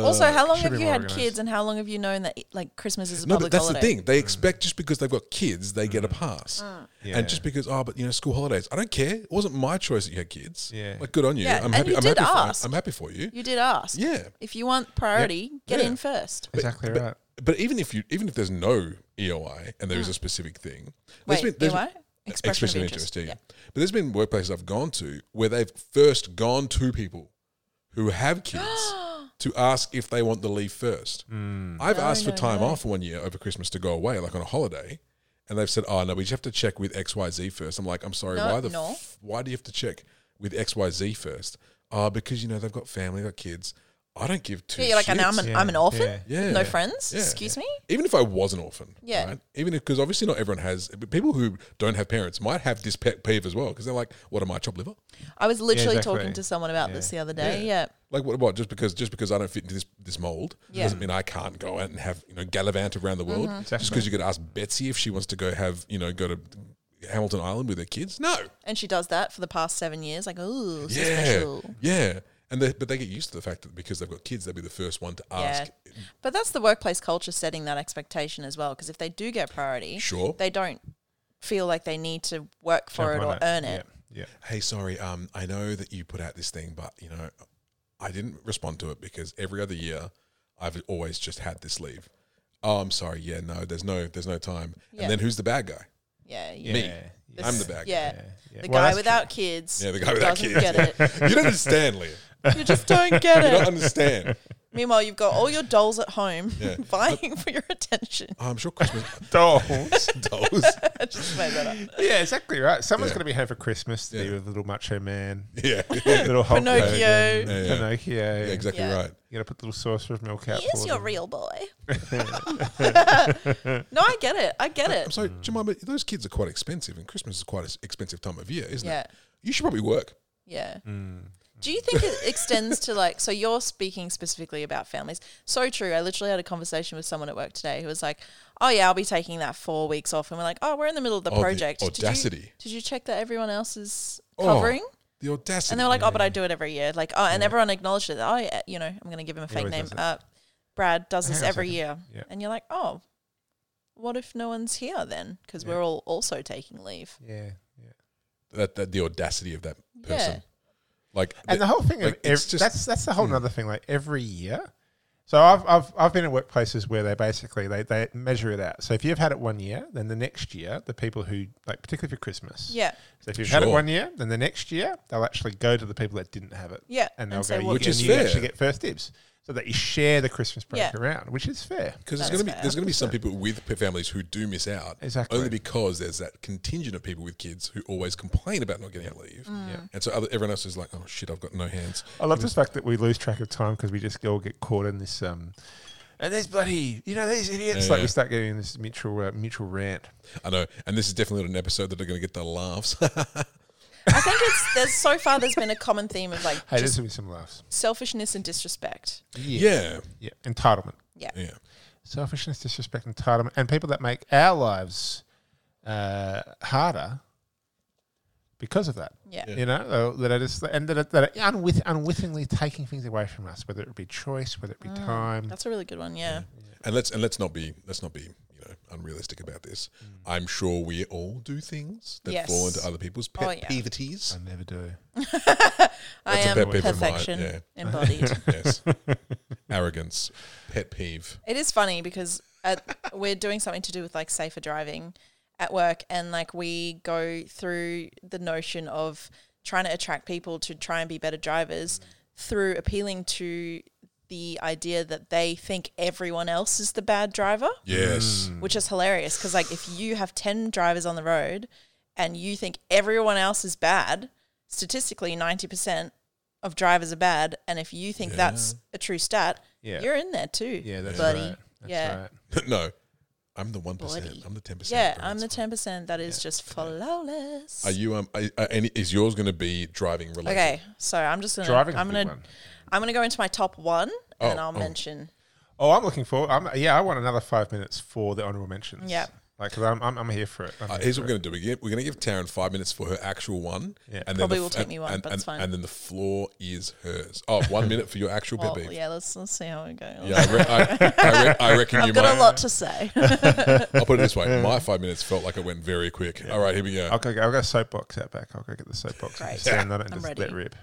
S2: Also, how long
S3: should
S2: have
S3: be
S2: you
S3: more
S2: had
S3: organised.
S2: kids and how long have you known that like Christmas is a
S1: no, but
S2: public
S1: that's
S2: holiday?
S1: the thing. They expect just because they've got kids, they get a pass.
S3: Mm.
S2: Ah.
S3: Yeah.
S1: And just because, oh, but you know, school holidays, I don't care. It wasn't my choice that you had kids.
S3: Yeah.
S1: Like, good on you.
S2: Yeah,
S1: I'm
S2: and
S1: happy.
S2: you
S1: I'm
S2: did
S1: happy
S2: ask.
S1: For, I'm happy for you.
S2: You did ask.
S1: Yeah.
S2: If you want priority, get
S1: Yeah.
S2: in first.
S3: Exactly
S1: but,
S3: right.
S1: But even if you, even if there's no EOI and there is a specific thing,
S2: Mm. Wait,
S1: there's
S2: do
S1: there's
S2: I? Expression,
S1: expression
S2: of interest.
S1: yeah. But there's been workplaces I've gone to where they've first gone to people who have kids to ask if they want to leave first. I've asked for time off one year over Christmas to go away, like on a holiday, and they've said, "Oh no, we just have to check with X Y Z first. I'm like, "I'm sorry,
S2: No,
S1: why the
S2: no.
S1: "Ah, f- why do you have to check with X Y Z first? Oh, because you know they've got family, they've got kids. I don't give two.
S2: Yeah, you're like,
S1: shits.
S2: now I'm an, I'm an
S3: Yeah,
S2: orphan.
S1: yeah.
S2: No friends.
S1: Yeah.
S2: Excuse me.
S1: even if I was an orphan,
S2: Yeah.
S1: Even because obviously not everyone has. but People who don't have parents might have this pet peeve as well because they're like, "What am I, chopped liver?
S2: I was literally
S3: exactly.
S2: talking to someone about this the other day. Yeah.
S1: Like what? What? Just because just because I don't fit into this this mold
S2: Yeah. Mm-hmm.
S1: doesn't mean I can't go out and have you know gallivant around the world. Just because you could ask Betsy if she wants to go have you know go to Hamilton Island with her kids. No,
S2: And she does that for the past seven years. Like, ooh, so
S1: yeah,
S2: special.
S1: yeah. And they, but they get used to the fact that because they've got kids, they'll be the first one to ask.
S2: But that's the workplace culture setting that expectation as well. Because if they do get priority,
S1: Sure.
S2: they don't feel like they need to work for it
S3: Jump
S2: or
S3: on
S2: earn it.
S3: Yeah.
S1: hey, sorry, um, I know that you put out this thing, but you know, I didn't respond to it because every other year I've always just had this leave. Oh, I'm sorry. Yeah, no, there's no, there's no time.
S2: Yeah.
S1: And then who's the bad guy?
S2: Yeah.
S3: Yeah.
S2: you-
S1: Me.
S3: Yeah.
S2: this-
S1: I'm the bad guy.
S2: Yeah.
S3: yeah.
S2: The
S3: Well,
S2: guy
S3: that's
S2: without kids.
S1: Yeah, the guy without
S2: doesn't
S1: kids.
S2: get it.
S1: You don't understand, Leah.
S2: You just don't get
S1: You don't
S2: it.
S1: understand.
S2: Meanwhile, you've got all your dolls at home
S1: Yeah.
S2: vying for your attention.
S1: I'm sure Christmas
S3: Dolls.
S1: dolls.
S2: I just made that up.
S3: yeah, exactly right. Someone's
S1: Yeah.
S3: going to be home for Christmas to be
S1: Yeah.
S3: with little Macho Man,
S1: Yeah, yeah,
S3: little Hulk
S2: Pinocchio.
S3: Hogan,
S2: Yeah,
S1: yeah.
S3: Pinocchio.
S1: exactly
S2: Yeah.
S1: right.
S3: You got to put the little saucer of milk out.
S2: He is
S3: for
S2: your
S3: them.
S2: real boy. no, I get it. I get
S1: I'm
S2: it.
S1: sorry, Jemima, but those kids are quite expensive, and Christmas is quite an expensive time of year, isn't
S2: Yeah.
S1: it? You should probably work.
S2: Yeah.
S1: Mm.
S2: Do you think it extends to like, so you're speaking specifically about families. So true. I literally had a conversation with someone at work today who was like, oh, yeah, I'll be taking that four weeks off. And we're like, oh, we're in the middle of the
S1: Oh, the
S2: project. Did you-
S1: audacity.
S2: Did you, check that everyone else is
S1: Oh.
S2: covering?
S1: The audacity.
S2: And they were like, oh, but I do it every year. Like, oh, and everyone acknowledged it. Oh, yeah, you know, I'm going to give him a fake
S3: always
S2: name.
S3: does it.
S2: Uh, Brad does
S3: Hang
S2: this
S3: on a
S2: every
S3: second.
S2: year.
S3: Yeah.
S2: And you're like, oh, what if no one's here then? Because we're all also taking leave.
S3: Yeah. yeah.
S1: that, that the audacity of that person.
S2: Yeah.
S1: Like,
S3: and the whole thing
S1: like,
S3: of ev-
S1: it's just- mm.
S3: that's that's the whole other thing. Like every year, so I've I've I've been at workplaces where they basically they they measure it out. So if you've had it one year, then the next year, the people who like particularly for Christmas,
S2: Yeah.
S3: So if you've had it
S1: Sure.
S3: one year, then the next year they'll actually go to the people that didn't have it,
S2: Yeah,
S3: and
S2: and
S3: they'll
S2: say
S3: go,
S2: what-
S1: Which
S3: which you,
S1: is
S3: you
S1: fair.
S3: actually get first dibs, so that you share the Christmas break
S2: Yeah.
S3: around, which is fair.
S1: because there's
S2: That is
S1: going to be
S2: fair.
S1: there's going to be some people with p- families who do miss out
S3: Exactly.
S1: only because there's that contingent of people with kids who always complain about not getting out leave,
S2: Mm.
S3: Yeah.
S1: and so other, everyone else is like, oh shit, I've got no hands.
S3: I love the fact that we lose track of time because we just all get caught in this. um and these bloody, you know, these idiots.
S1: Yeah,
S3: like
S1: yeah.
S3: we start getting in this mutual, uh, mutual rant.
S1: I know, and this is definitely not an episode that are going to get the laughs.
S2: I think it's there's so far there's been a common theme of like
S3: Hey, there's
S2: just
S3: gonna be some laughs.
S2: selfishness and disrespect.
S1: yeah,
S3: Yeah, entitlement,
S2: Yeah.
S1: yeah,
S3: selfishness, disrespect, entitlement, and people that make our lives uh, harder because of that.
S2: Yeah.
S1: Yeah.
S3: You know, uh, that are just and that are, that are unwith, unwittingly taking things away from us, whether it be choice, whether it be time.
S2: Mm. That's a really good one. Yeah.
S1: and let's and let's not be let's not be you know unrealistic about this. I'm sure we all do things that
S2: Yes.
S1: fall into other people's pet
S2: Oh, yeah.
S1: peevities.
S3: I never do.
S2: I
S1: That's a
S2: am
S1: pet peeve of mine,
S2: perfection
S1: yeah.
S2: embodied.
S1: Yes, arrogance, pet peeve.
S2: it is funny because at, we're doing something to do with like safer driving at work and like we go through the notion of trying to attract people to try and be better drivers through appealing to the idea that they think everyone else is the bad driver.
S1: Yes,
S2: which is hilarious because like if you have 10 drivers on the road and you think everyone else is bad statistically 90% of drivers are bad and if you think that's a true stat
S3: Yeah.
S2: you're in there too
S3: Yeah, that's
S2: buddy
S3: right. That's
S2: yeah
S3: right.
S1: no, I'm the one
S2: Bloody.
S1: percent. I'm the ten percent.
S2: yeah i'm the 10% that is just flawless
S1: Are you um? Are, are any, is yours going to be driving related?
S2: okay so i'm just gonna
S3: Driving's
S2: i'm
S3: a big
S2: gonna
S3: one.
S2: i'm gonna go into my top one and
S1: Oh,
S2: i'll
S1: oh.
S2: mention
S3: Oh, I'm looking for. I'm, yeah, I want another five minutes for the honorable mentions.
S2: Yeah.
S3: like 'cause I'm, I'm, I'm here for it. I'm
S1: Uh,
S3: here
S1: here's
S3: for
S1: what
S3: it.
S1: we're going to do. We give, we're going to give Taryn five minutes for her actual one.
S3: Yeah.
S1: and
S2: Probably
S1: the
S2: will
S1: f-
S2: take
S1: and-
S2: me one,
S1: and,
S2: but it's
S1: and-
S2: fine.
S1: And then the floor is hers. Oh, one minute for your actual
S2: well,
S1: pet peeve.
S2: Oh, yeah let's, let's see how we go
S1: Yeah, I, re- I, I, re- I reckon you
S2: i've got
S1: might.
S2: a lot to say
S1: I'll put it this way: my five minutes felt like it went very quick. All right, here we go.
S3: I'll go. I'll go soapbox out back. I'll go get the soapbox and
S2: Great.
S3: just stand on it and
S2: I'm
S3: just
S2: ready.
S3: let rip.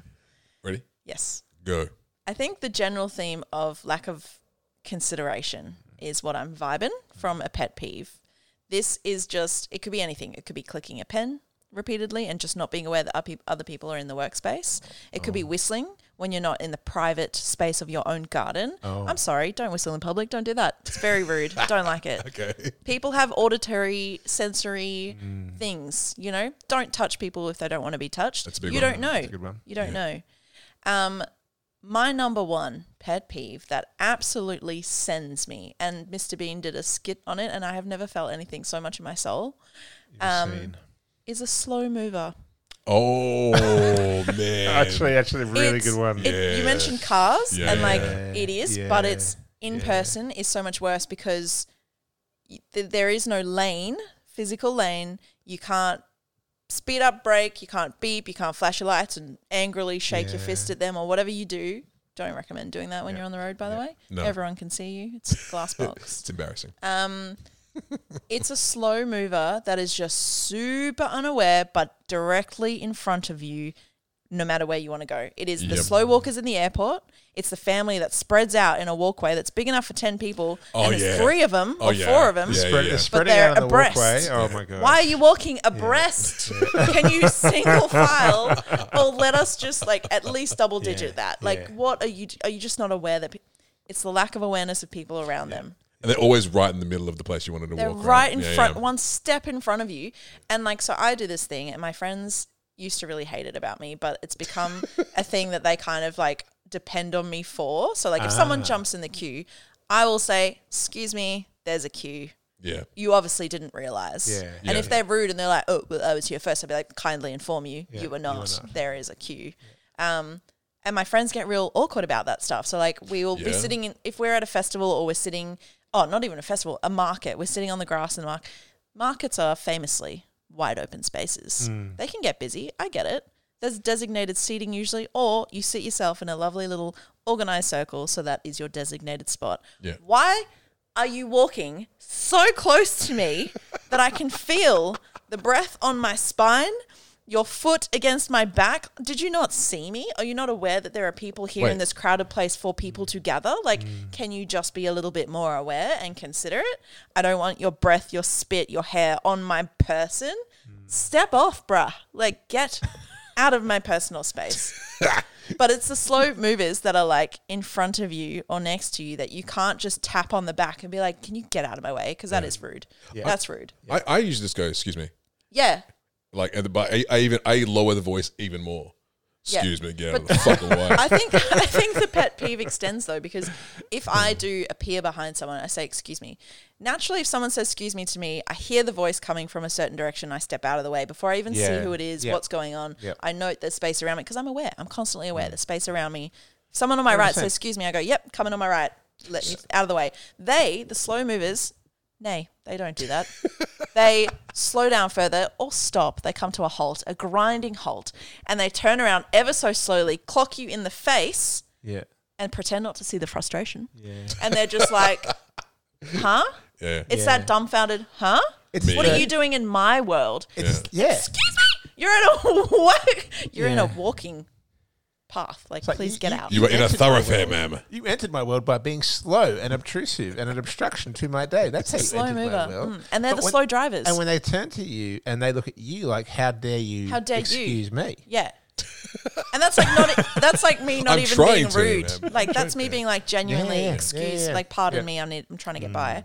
S1: Ready?
S2: yes
S1: Go.
S2: I think the general theme of lack of consideration is what I'm vibing from a pet peeve. This is just, it could be anything. It could be clicking a pen repeatedly and just not being aware that other peop- other people are in the workspace. It
S1: Oh.
S2: could be whistling when you're not in the private space of your own garden.
S1: Oh.
S2: I'm sorry, don't whistle in public. Don't do that. It's very rude. don't like it.
S1: Okay.
S2: People have auditory, sensory things, you know? Don't touch people if they don't want to be touched.
S1: Mm. That's a big
S2: you
S1: one.
S2: don't know.
S3: Good one.
S2: You don't know. Um, my number one pet peeve that absolutely sends me, and Mr. Bean did a skit on it, and I have never felt anything so much in my soul, Um,
S3: Scene.
S2: is a slow mover.
S1: Oh man.
S3: Actually, actually, really
S2: It's-
S3: good one.
S2: it- You mentioned cars, and like
S3: Yeah.
S2: it is,
S3: Yeah.
S2: but it's in
S3: Yeah.
S2: person is so much worse because y- th- there is no lane, physical lane. You can't speed up, brake. You can't beep. You can't flash your lights and angrily shake your
S3: Yeah.
S2: fist at them or whatever you do. Don't recommend doing that when
S3: Yeah.
S2: you're on the road. By the way,
S1: No.
S2: everyone can see you. It's a glass box.
S1: it's embarrassing.
S2: Um, it's a slow mover that is just super unaware, but directly in front of you, no matter where you want to go. It is the
S1: Yep.
S2: slow walkers in the airport. It's the family that spreads out in a walkway that's big enough for 10 people,
S1: Oh,
S2: and
S1: yeah.
S2: it's three of them
S1: Oh,
S2: or
S1: yeah.
S2: four of them.
S1: Yeah,
S3: Spread,
S1: yeah.
S3: Spreading
S2: they're
S3: out in the
S2: abreast.
S3: walkway. Oh my god!
S2: Why are you walking abreast? Can you single file or let us just like at least double digit that? Like,
S3: yeah.
S2: what are you? Are you just not aware that pe- it's the lack of awareness of people around them?
S1: And they're always right in the middle of the place you wanted to
S2: They're
S1: walk.
S2: right in
S1: Yeah,
S2: front,
S1: yeah.
S2: one step in front of you. And like, so I do this thing, and my friends used to really hate it about me, but it's become a thing that they kind of like depend on me for. So, like, if someone jumps in the queue, I will say, Excuse me, there's a queue.
S1: Yeah.
S2: You obviously didn't realize.
S3: Yeah.
S2: And
S1: Yeah.
S2: if they're rude and they're like, Oh, well, I was here first, I'll be like, Kindly inform you,
S3: Yeah,
S2: you were
S3: you were
S2: not.
S3: not.
S2: There is a queue. Um, and my friends get real awkward about that stuff. So like we will be
S1: Yeah.
S2: sitting in if we're at a festival or we're sitting oh not even a festival a market we're sitting on the grass in the market. Markets are famously wide open spaces. They can get busy. I get it. There's designated seating usually, or you sit yourself in a lovely little organized circle, so that is your designated spot.
S1: Yeah.
S2: Why are you walking so close to me that I can feel the breath on my spine, your foot against my back? Did you not see me? Are you not aware that there are people here in
S1: Wait.
S2: this crowded place for people to gather? Like, can you just be a little bit more aware and consider it? I don't want your breath, your spit, your hair on my person. Step off, bruh. Like, get out of my personal space. But it's the slow movers that are like in front of you or next to you that you can't just tap on the back and be like, "Can you get out of my way?" Because that is rude. That's rude.
S1: I, I usually just go, excuse me.
S2: Yeah.
S1: Like, and the, but I, I even I lower the voice even more.
S2: Yeah.
S1: Excuse me, get out of
S2: But-
S1: the fucking way.
S2: I think I think the pet peeve extends though because if I do appear behind someone, I say "excuse me." Naturally, if someone says "excuse me" to me, I hear the voice coming from a certain direction. I step out of the way before I even
S3: Yeah.
S2: see who it is,
S3: Yeah.
S2: what's going on.
S3: Yeah.
S2: I note the space around me because I'm aware. I'm constantly aware
S3: Mm.
S2: the space around me. Someone on my right says "excuse me," I go, "Yep, coming on my right." Let me out of the way. They, the slow movers, nay, they don't do that. they slow down further or stop. They come to a halt, a grinding halt, and they turn around ever so slowly, clock you in the face,
S3: Yeah.
S2: and pretend not to see the frustration.
S3: Yeah.
S2: And they're just like, huh?
S1: yeah.
S2: It's
S3: Yeah.
S2: that dumbfounded, huh?
S3: It's
S2: What are
S1: Yeah.
S2: you doing in my world?
S3: It's, yeah.
S2: Excuse me. You're in a walk. You're in a
S3: Yeah.
S2: walking path. Like,
S3: like
S2: please
S3: you-
S2: get
S3: you-
S2: out.
S1: You were in a
S3: entered my world.
S1: thoroughfare, ma'am.
S3: You entered my world by being slow and obtrusive and an obstruction to my day. That's how you
S2: slow
S3: entered
S2: mover,
S3: my world.
S2: Mm. and they're
S3: But
S2: the
S3: when-
S2: slow drivers.
S3: And when they turn to you and they look at you like, "How dare you?
S2: How dare you?"
S3: excuse me?"
S2: Yeah. And that's like not e-, that's like me not
S1: I'm
S2: even
S1: trying
S2: being
S1: to,
S2: rude.
S1: man.
S2: like that's me being like genuinely
S3: Yeah, yeah,
S2: excuse
S3: yeah, Mm, yeah.
S2: like pardon
S3: Yeah.
S2: me I'm need, I'm trying to get by.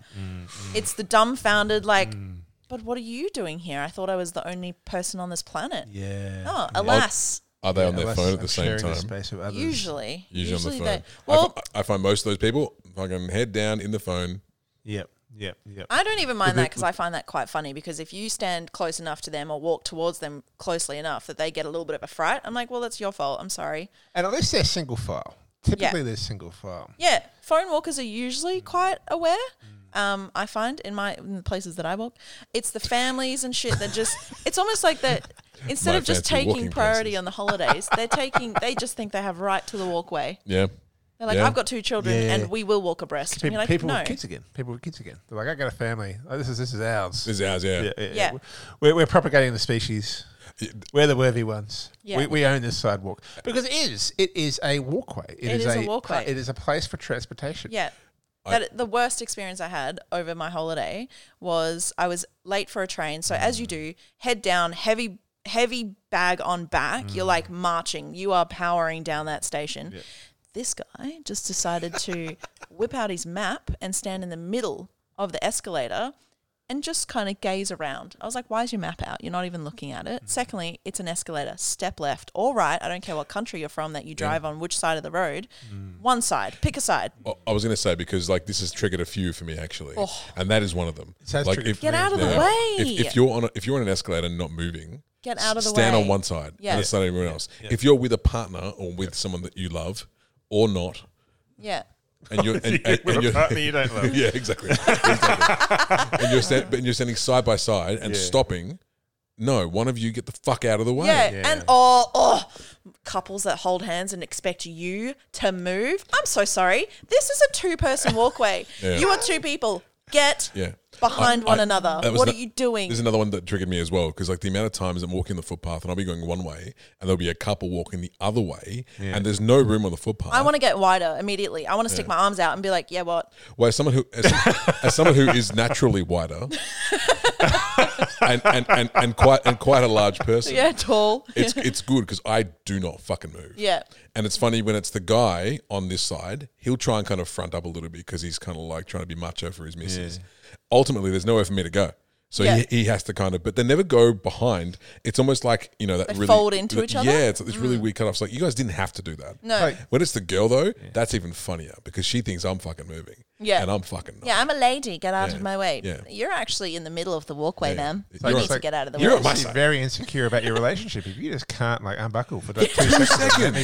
S2: It's the dumbfounded like
S3: Mm.
S2: but what are you doing here? I thought I was the only person on this planet.
S3: Yeah.
S2: Oh, alas.
S1: Are they on their
S3: Unless
S1: phone at
S3: I'm
S1: the same
S3: sharing
S1: time?
S3: space with others.
S2: Oh. Usually,
S1: Usually, on the
S2: they
S1: phone.
S2: well,
S1: I, fi- I find most of those people fucking head down in the phone.
S3: Yep. Yep. Yep.
S2: I don't even mind that because I find that quite funny because if you stand close enough to them or walk towards them closely enough that they get a little bit of a fright, I'm like, well, that's your fault. I'm sorry.
S3: And unless they're single file, typically they're single file.
S2: Yeah, phone walkers are usually
S1: Mm.
S2: quite aware. Um, I find in my in the places that I walk, it's the families and shit that just. It's almost like that. Instead
S1: My
S2: of just
S1: fancy
S2: taking
S1: walking
S2: priority
S1: places.
S2: on the holidays, they're taking. They just think they have right to the walkway.
S1: Yeah.
S2: They're like,
S1: Yeah.
S2: I've got two children,
S3: Yeah.
S2: and we will walk abreast. And
S3: People,
S2: you're like,
S3: people
S2: no,
S3: with kids again. People with kids again. They're like, "I got a family. Oh, this is this is ours."
S1: This is ours, yeah.
S3: yeah,
S2: Yeah.
S3: We're, we're propagating the species. We're the worthy ones.
S2: Yeah.
S3: We, we own this sidewalk because it is it is a walkway.
S2: It is a walkway.
S3: It is a place for transportation.
S2: Yeah. That, the worst experience I had over my holiday was I was late for a train. So as you do, head down, heavy heavy bag on back, you're like marching, you are powering down that station. This guy just decided to whip out his map and stand in the middle of the escalator and just kind of gaze around. I was like, why is your map out? You're not even looking at it. Secondly, it's an escalator. Step left or right. I don't care what country you're from that you drive on which side of the road. One side, pick a side.
S1: I- I was going to say because like this has triggered a few for me actually, and that is one of them.
S3: This has
S1: like
S3: triggered
S1: if,
S3: for me.
S2: Oh. Get out of the
S1: yeah,
S2: way.
S1: If, if you're on a, if you're on an escalator and not moving,
S2: Get out of the
S1: stand
S2: way.
S1: on one side
S2: Yeah.
S1: and it's not everyone else. If you're with a partner or with someone that you love or not,
S2: yeah.
S1: and you're and, and,
S3: With
S1: and
S3: a
S1: you're
S3: partner you don't love.
S1: yeah exactly, Exactly. and you're stand, and you're standing side by side and stopping. No, one of you get the fuck out of the way.
S2: Yeah, and oh, oh, couples that hold hands and expect you to move. I'm so sorry. This is a two-person walkway.
S1: Yeah.
S2: You are two people. Get
S1: Yeah.
S2: behind
S1: I-
S2: one
S1: I-
S2: another.
S1: that was
S2: What
S1: no-
S2: are you doing?
S1: There's another one that triggered me as well because like the amount of times I'm walking the footpath and I'll be going one way and there'll be a couple walking the other way and there's no room on the footpath.
S2: I want to get wider immediately. I want to stick my arms out and be like, yeah, what?
S1: Well, as someone who as, as someone who is naturally wider and, and, and, and quite and quite a large person,
S2: Yeah, tall.
S1: it's it's good because I do not fucking move.
S2: Yeah.
S1: And it's funny when it's the guy on this side, he'll try and kind of front up a little bit because he's kind of like trying to be macho for his missus. Ultimately, there's nowhere for me to go. So
S2: Yeah.
S1: he, he has to kind of, but they never go behind. It's almost like, you know, that really.
S2: fold into each other? Mm.
S1: Yeah, it's like this really weird cut off. It's like, you guys didn't have to do that.
S2: No.
S3: Like-
S1: When it's the girl, though, that's even funnier because she thinks I'm fucking moving.
S2: Yeah.
S1: And I'm fucking not.
S2: yeah, I'm a lady. Get out of my way.
S1: yeah.
S2: You're actually in the middle of the walkway, ma'am.
S1: It's
S2: You
S1: like-
S2: need
S1: it's
S2: to
S1: like-
S2: get out of the
S1: you're
S2: way.
S1: at my
S3: You're
S1: side.
S3: very insecure about your relationship if you just can't like unbuckle for like two seconds. Let me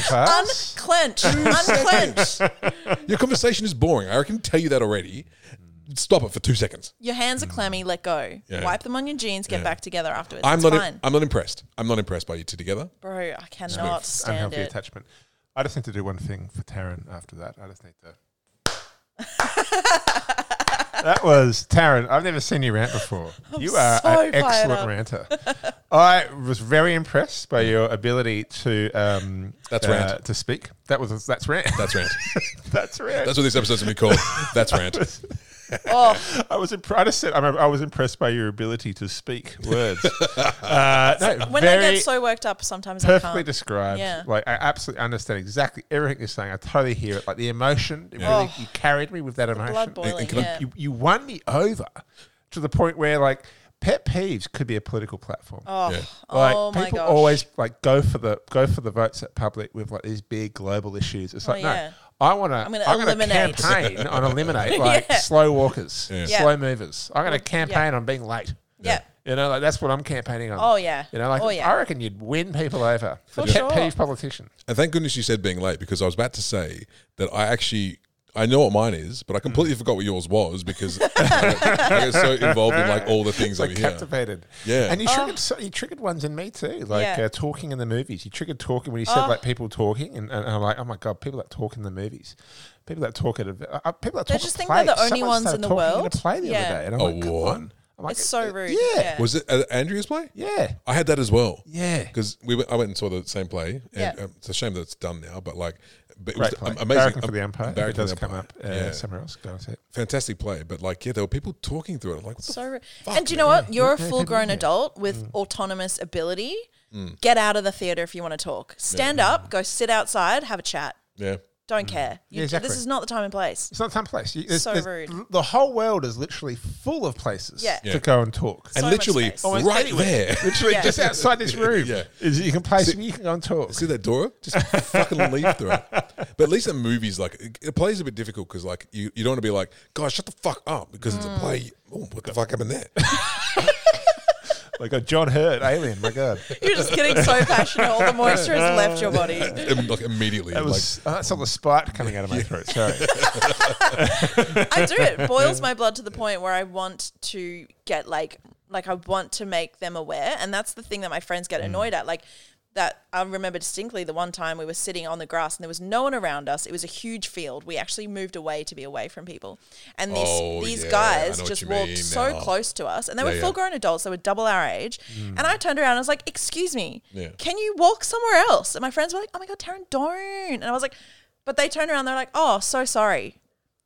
S3: pass.
S2: Unclench. Unclench.
S1: Your conversation is boring. I can tell you that already. Stop it for two seconds.
S2: Your hands are
S3: Mm.
S2: clammy. Let go.
S1: Yeah.
S2: Wipe them on your jeans. Get back together afterwards.
S1: I'm
S2: it's
S3: e-
S1: not.
S2: fine.
S1: I'm not impressed. I'm not impressed by you two together.
S2: Bro, I cannot stand
S3: unhealthy
S2: it.
S3: attachment. I just need to do one thing for Taryn after that. I just need to. that was Taryn. I've never seen you rant before. you are
S2: so
S3: an
S2: fired
S3: excellent
S2: up.
S3: ranter. I was very impressed by your ability to um,
S1: That's rant.
S3: to speak. That was that's rant.
S1: That's rant.
S3: that's rant.
S1: That's what this episode's gonna be called. That's rant.
S2: Oh,
S3: I was imp- I just said I'm, I was impressed by your ability to speak words. uh, no,
S2: when I
S3: very
S2: get so worked up, sometimes I
S3: perfectly
S2: can't.
S3: described.
S2: Yeah.
S3: Like I absolutely understand exactly everything you're saying. I totally hear it. Like the emotion, it really, you carried me with that emotion.
S2: Oh. blood boiling.
S1: can I-
S2: yeah.
S3: You, you won me over to the point where like pet peeves could be a political platform.
S2: oh,
S1: Yeah.
S3: Like
S2: oh my
S3: people
S2: gosh.
S3: always like go for the go for the votes at public with like these big global issues. It's like
S2: Oh, yeah.
S3: no, I want to.
S2: gonna
S3: I'm going to
S2: eliminate.
S3: campaign on eliminate like
S2: Yeah.
S3: slow walkers,
S2: Yeah.
S3: slow movers. I'm going to campaign on being late.
S2: Yeah.
S3: You know, like that's what I'm campaigning on.
S2: Oh, yeah.
S3: You know, like
S2: Oh, yeah.
S3: I reckon you'd win people over. The
S2: For
S3: pet
S2: sure.
S3: peeve politician.
S1: And thank goodness you said being late because I was about to say that I actually I know what mine is, but I
S3: Mm.
S1: completely forgot what yours was because I got, I got so involved in like all the things
S3: Like
S1: over here.
S3: captivated.
S1: Yeah.
S3: And you triggered so, you triggered ones in me too. Like
S2: Oh. Yeah. Oh.
S3: uh, talking in the movies. You triggered talking when you said like people talking, and, and I'm like, oh my god, people that talk in the movies. People that talk at a, uh, people that
S2: They
S3: talk.
S2: just
S3: at
S2: think
S3: plays.
S2: they're the only
S3: Someone
S2: ones
S3: started
S2: in the
S3: talking
S2: world.
S3: At a play the
S2: Yeah.
S3: other day, and I'm
S1: Oh,
S3: like, come
S1: what?
S3: on. I'm like,
S2: It's so
S3: uh,
S2: rude.
S3: Yeah.
S1: Was it at Andrea's play?
S3: Yeah.
S1: I had that as well.
S3: Yeah.
S1: because we went, I went and saw the same play, and
S2: Yeah.
S1: um, it's a shame that it's done now. But like, but it
S3: Great
S1: was
S3: play.
S1: am-
S3: Barracking
S1: amazing. um,
S3: for the umpire. If
S1: Barracking
S3: it
S1: for the
S3: does come
S1: umpire.
S3: up uh,
S1: Yeah.
S3: somewhere else. Go and see it.
S1: fantastic play. But like, yeah, there were people talking through it. I'm like, what the
S2: So,
S1: fuck?
S2: ru- and do you know
S3: man.
S2: what? You're a
S3: Yeah,
S2: full grown
S3: yeah. Mm.
S2: adult with autonomous ability. Get out of the theater if you want to talk. Stand up, go sit outside, have a chat.
S1: Yeah,
S2: Don't care. You,
S3: Mm. Yeah, exactly.
S2: This is not the time and place.
S3: It's not some place. You,
S2: So
S3: l-
S2: rude.
S3: The whole world is literally full of places
S2: Yeah.
S1: Yeah.
S3: to go and talk.
S1: and
S2: much
S1: literally
S2: space.
S3: Almost
S1: right
S3: anywhere.
S1: there.
S3: literally
S2: Yeah.
S3: just outside this room
S1: Yeah.
S3: is you can place and you can go and talk.
S1: See that door? Just fucking leave through it. But at least in movies, like it, it plays a bit difficult because like you, you don't want to be like, guys, shut the fuck up because it's a play. Oh, what the fuck happened there?
S3: Like a John Hurt alien. My God,
S2: You're just getting so passionate. All the moisture has left your body.
S1: Im- like immediately,
S3: that was uh, that's all the spite coming out of my throat. Sorry.
S2: I do. It boils my blood to the point where I want to get like like I want to make them aware, and that's the thing that my friends
S1: Mm.
S2: get annoyed at. Like that I remember distinctly the one time we were sitting on the grass and there was no one around us. It was a huge field. We actually moved away to be away from people, and these
S1: Oh,
S2: these
S1: yeah, I
S2: guys
S1: know what
S2: just
S1: you
S2: walked
S1: mean
S2: so
S1: now.
S2: close to us, and they
S1: Yeah,
S2: were
S1: yeah.
S2: full grown adults. They were double our age, and I turned around. and I was like, "Excuse me,
S1: Yeah.
S2: can you walk somewhere else?" And my friends were like, "Oh my god, Taryn, don't!" And I was
S3: Hmm.
S2: like, "But they turned around. They're like, oh, so sorry."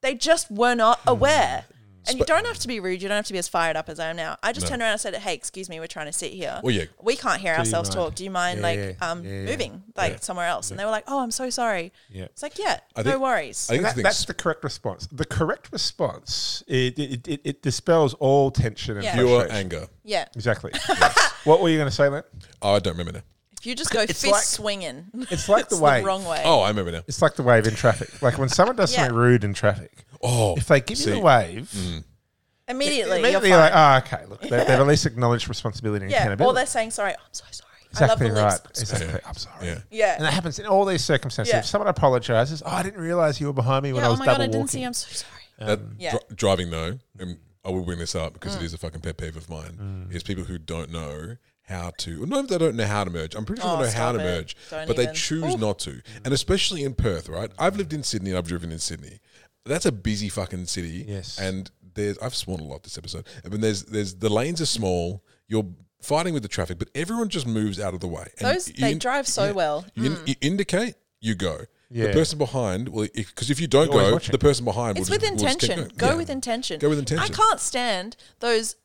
S2: They just were not aware. And you don't have to be rude. You don't have to be as fired up as I am now. I just turned around and said, "Hey, excuse me, we're trying to sit here.
S1: Well, yeah.
S2: We can't hear ourselves
S3: mind?
S2: talk. Do you mind
S3: Yeah,
S2: like
S3: yeah,
S2: um
S3: yeah, yeah.
S2: moving like somewhere else?" And they were like, "Oh, I'm so sorry."
S3: Yeah.
S2: It's like, "Yeah,
S1: I
S2: no
S1: think-
S2: worries."
S1: I think
S3: And
S1: it's
S3: that,
S1: the thing.
S3: that's the correct response. The correct response it it, it, it dispels all tension and
S2: Yeah.
S1: Pure
S3: frustration.
S1: anger.
S2: yeah.
S3: Exactly. Yes. What were you going to say, Len?
S1: Oh, I don't remember now.
S2: If you just go fist
S3: like-
S2: swinging,
S3: It's like the wave.
S2: wrong way.
S1: Oh, I remember now.
S3: It's like the wave in traffic. Like when someone does
S2: Yeah.
S3: something rude in traffic,
S1: Oh,
S3: if they give you
S1: See. Mm.
S3: the wave,
S2: Immediately,
S3: immediately
S2: you're
S3: you're
S2: fine.
S3: like, oh, okay, look, they, they've at least acknowledged responsibility and
S2: yeah. Or
S3: accountability.
S2: they're saying, "Sorry, I'm so sorry.
S3: exactly
S2: I love the
S3: right.
S2: lips.
S3: Exactly. I'm sorry.
S1: yeah.
S2: Yeah.
S3: And that happens in all these circumstances.
S2: Yeah.
S3: If someone apologizes, oh, I didn't realize you were behind me when
S2: yeah.
S3: I
S2: Oh
S3: was
S2: my god,
S3: double
S2: I didn't
S3: walking.
S2: see. I'm so sorry.
S1: That
S2: Yeah. Mm.
S1: dri- driving though, and I will bring this up because it is a fucking pet peeve of mine. Is people who don't know how to, well, no, they don't know how to merge. I'm pretty sure
S2: Oh,
S1: they know how
S2: stop
S1: to
S2: it.
S1: merge,
S2: Don't
S1: but they
S2: even.
S1: choose not to. And especially in Perth, right? I've lived in Sydney and I've driven in Sydney. That's a busy fucking city.
S3: Yes.
S1: And there's I've sworn a lot this episode. I mean, there's there's the lanes are small. You're fighting with the traffic, but everyone just moves out of the way. And
S2: Those
S1: you-
S2: they drive so well.
S1: you, in- you indicate, you go.
S3: Yeah.
S1: The person behind, well, because if you don't
S3: always
S1: go,
S3: watching.
S1: the person behind.
S2: It's
S1: will
S2: with
S1: just- will just keep
S2: intention.
S1: going.
S2: Go
S1: Yeah.
S2: with intention.
S1: Go with intention.
S2: I can't stand those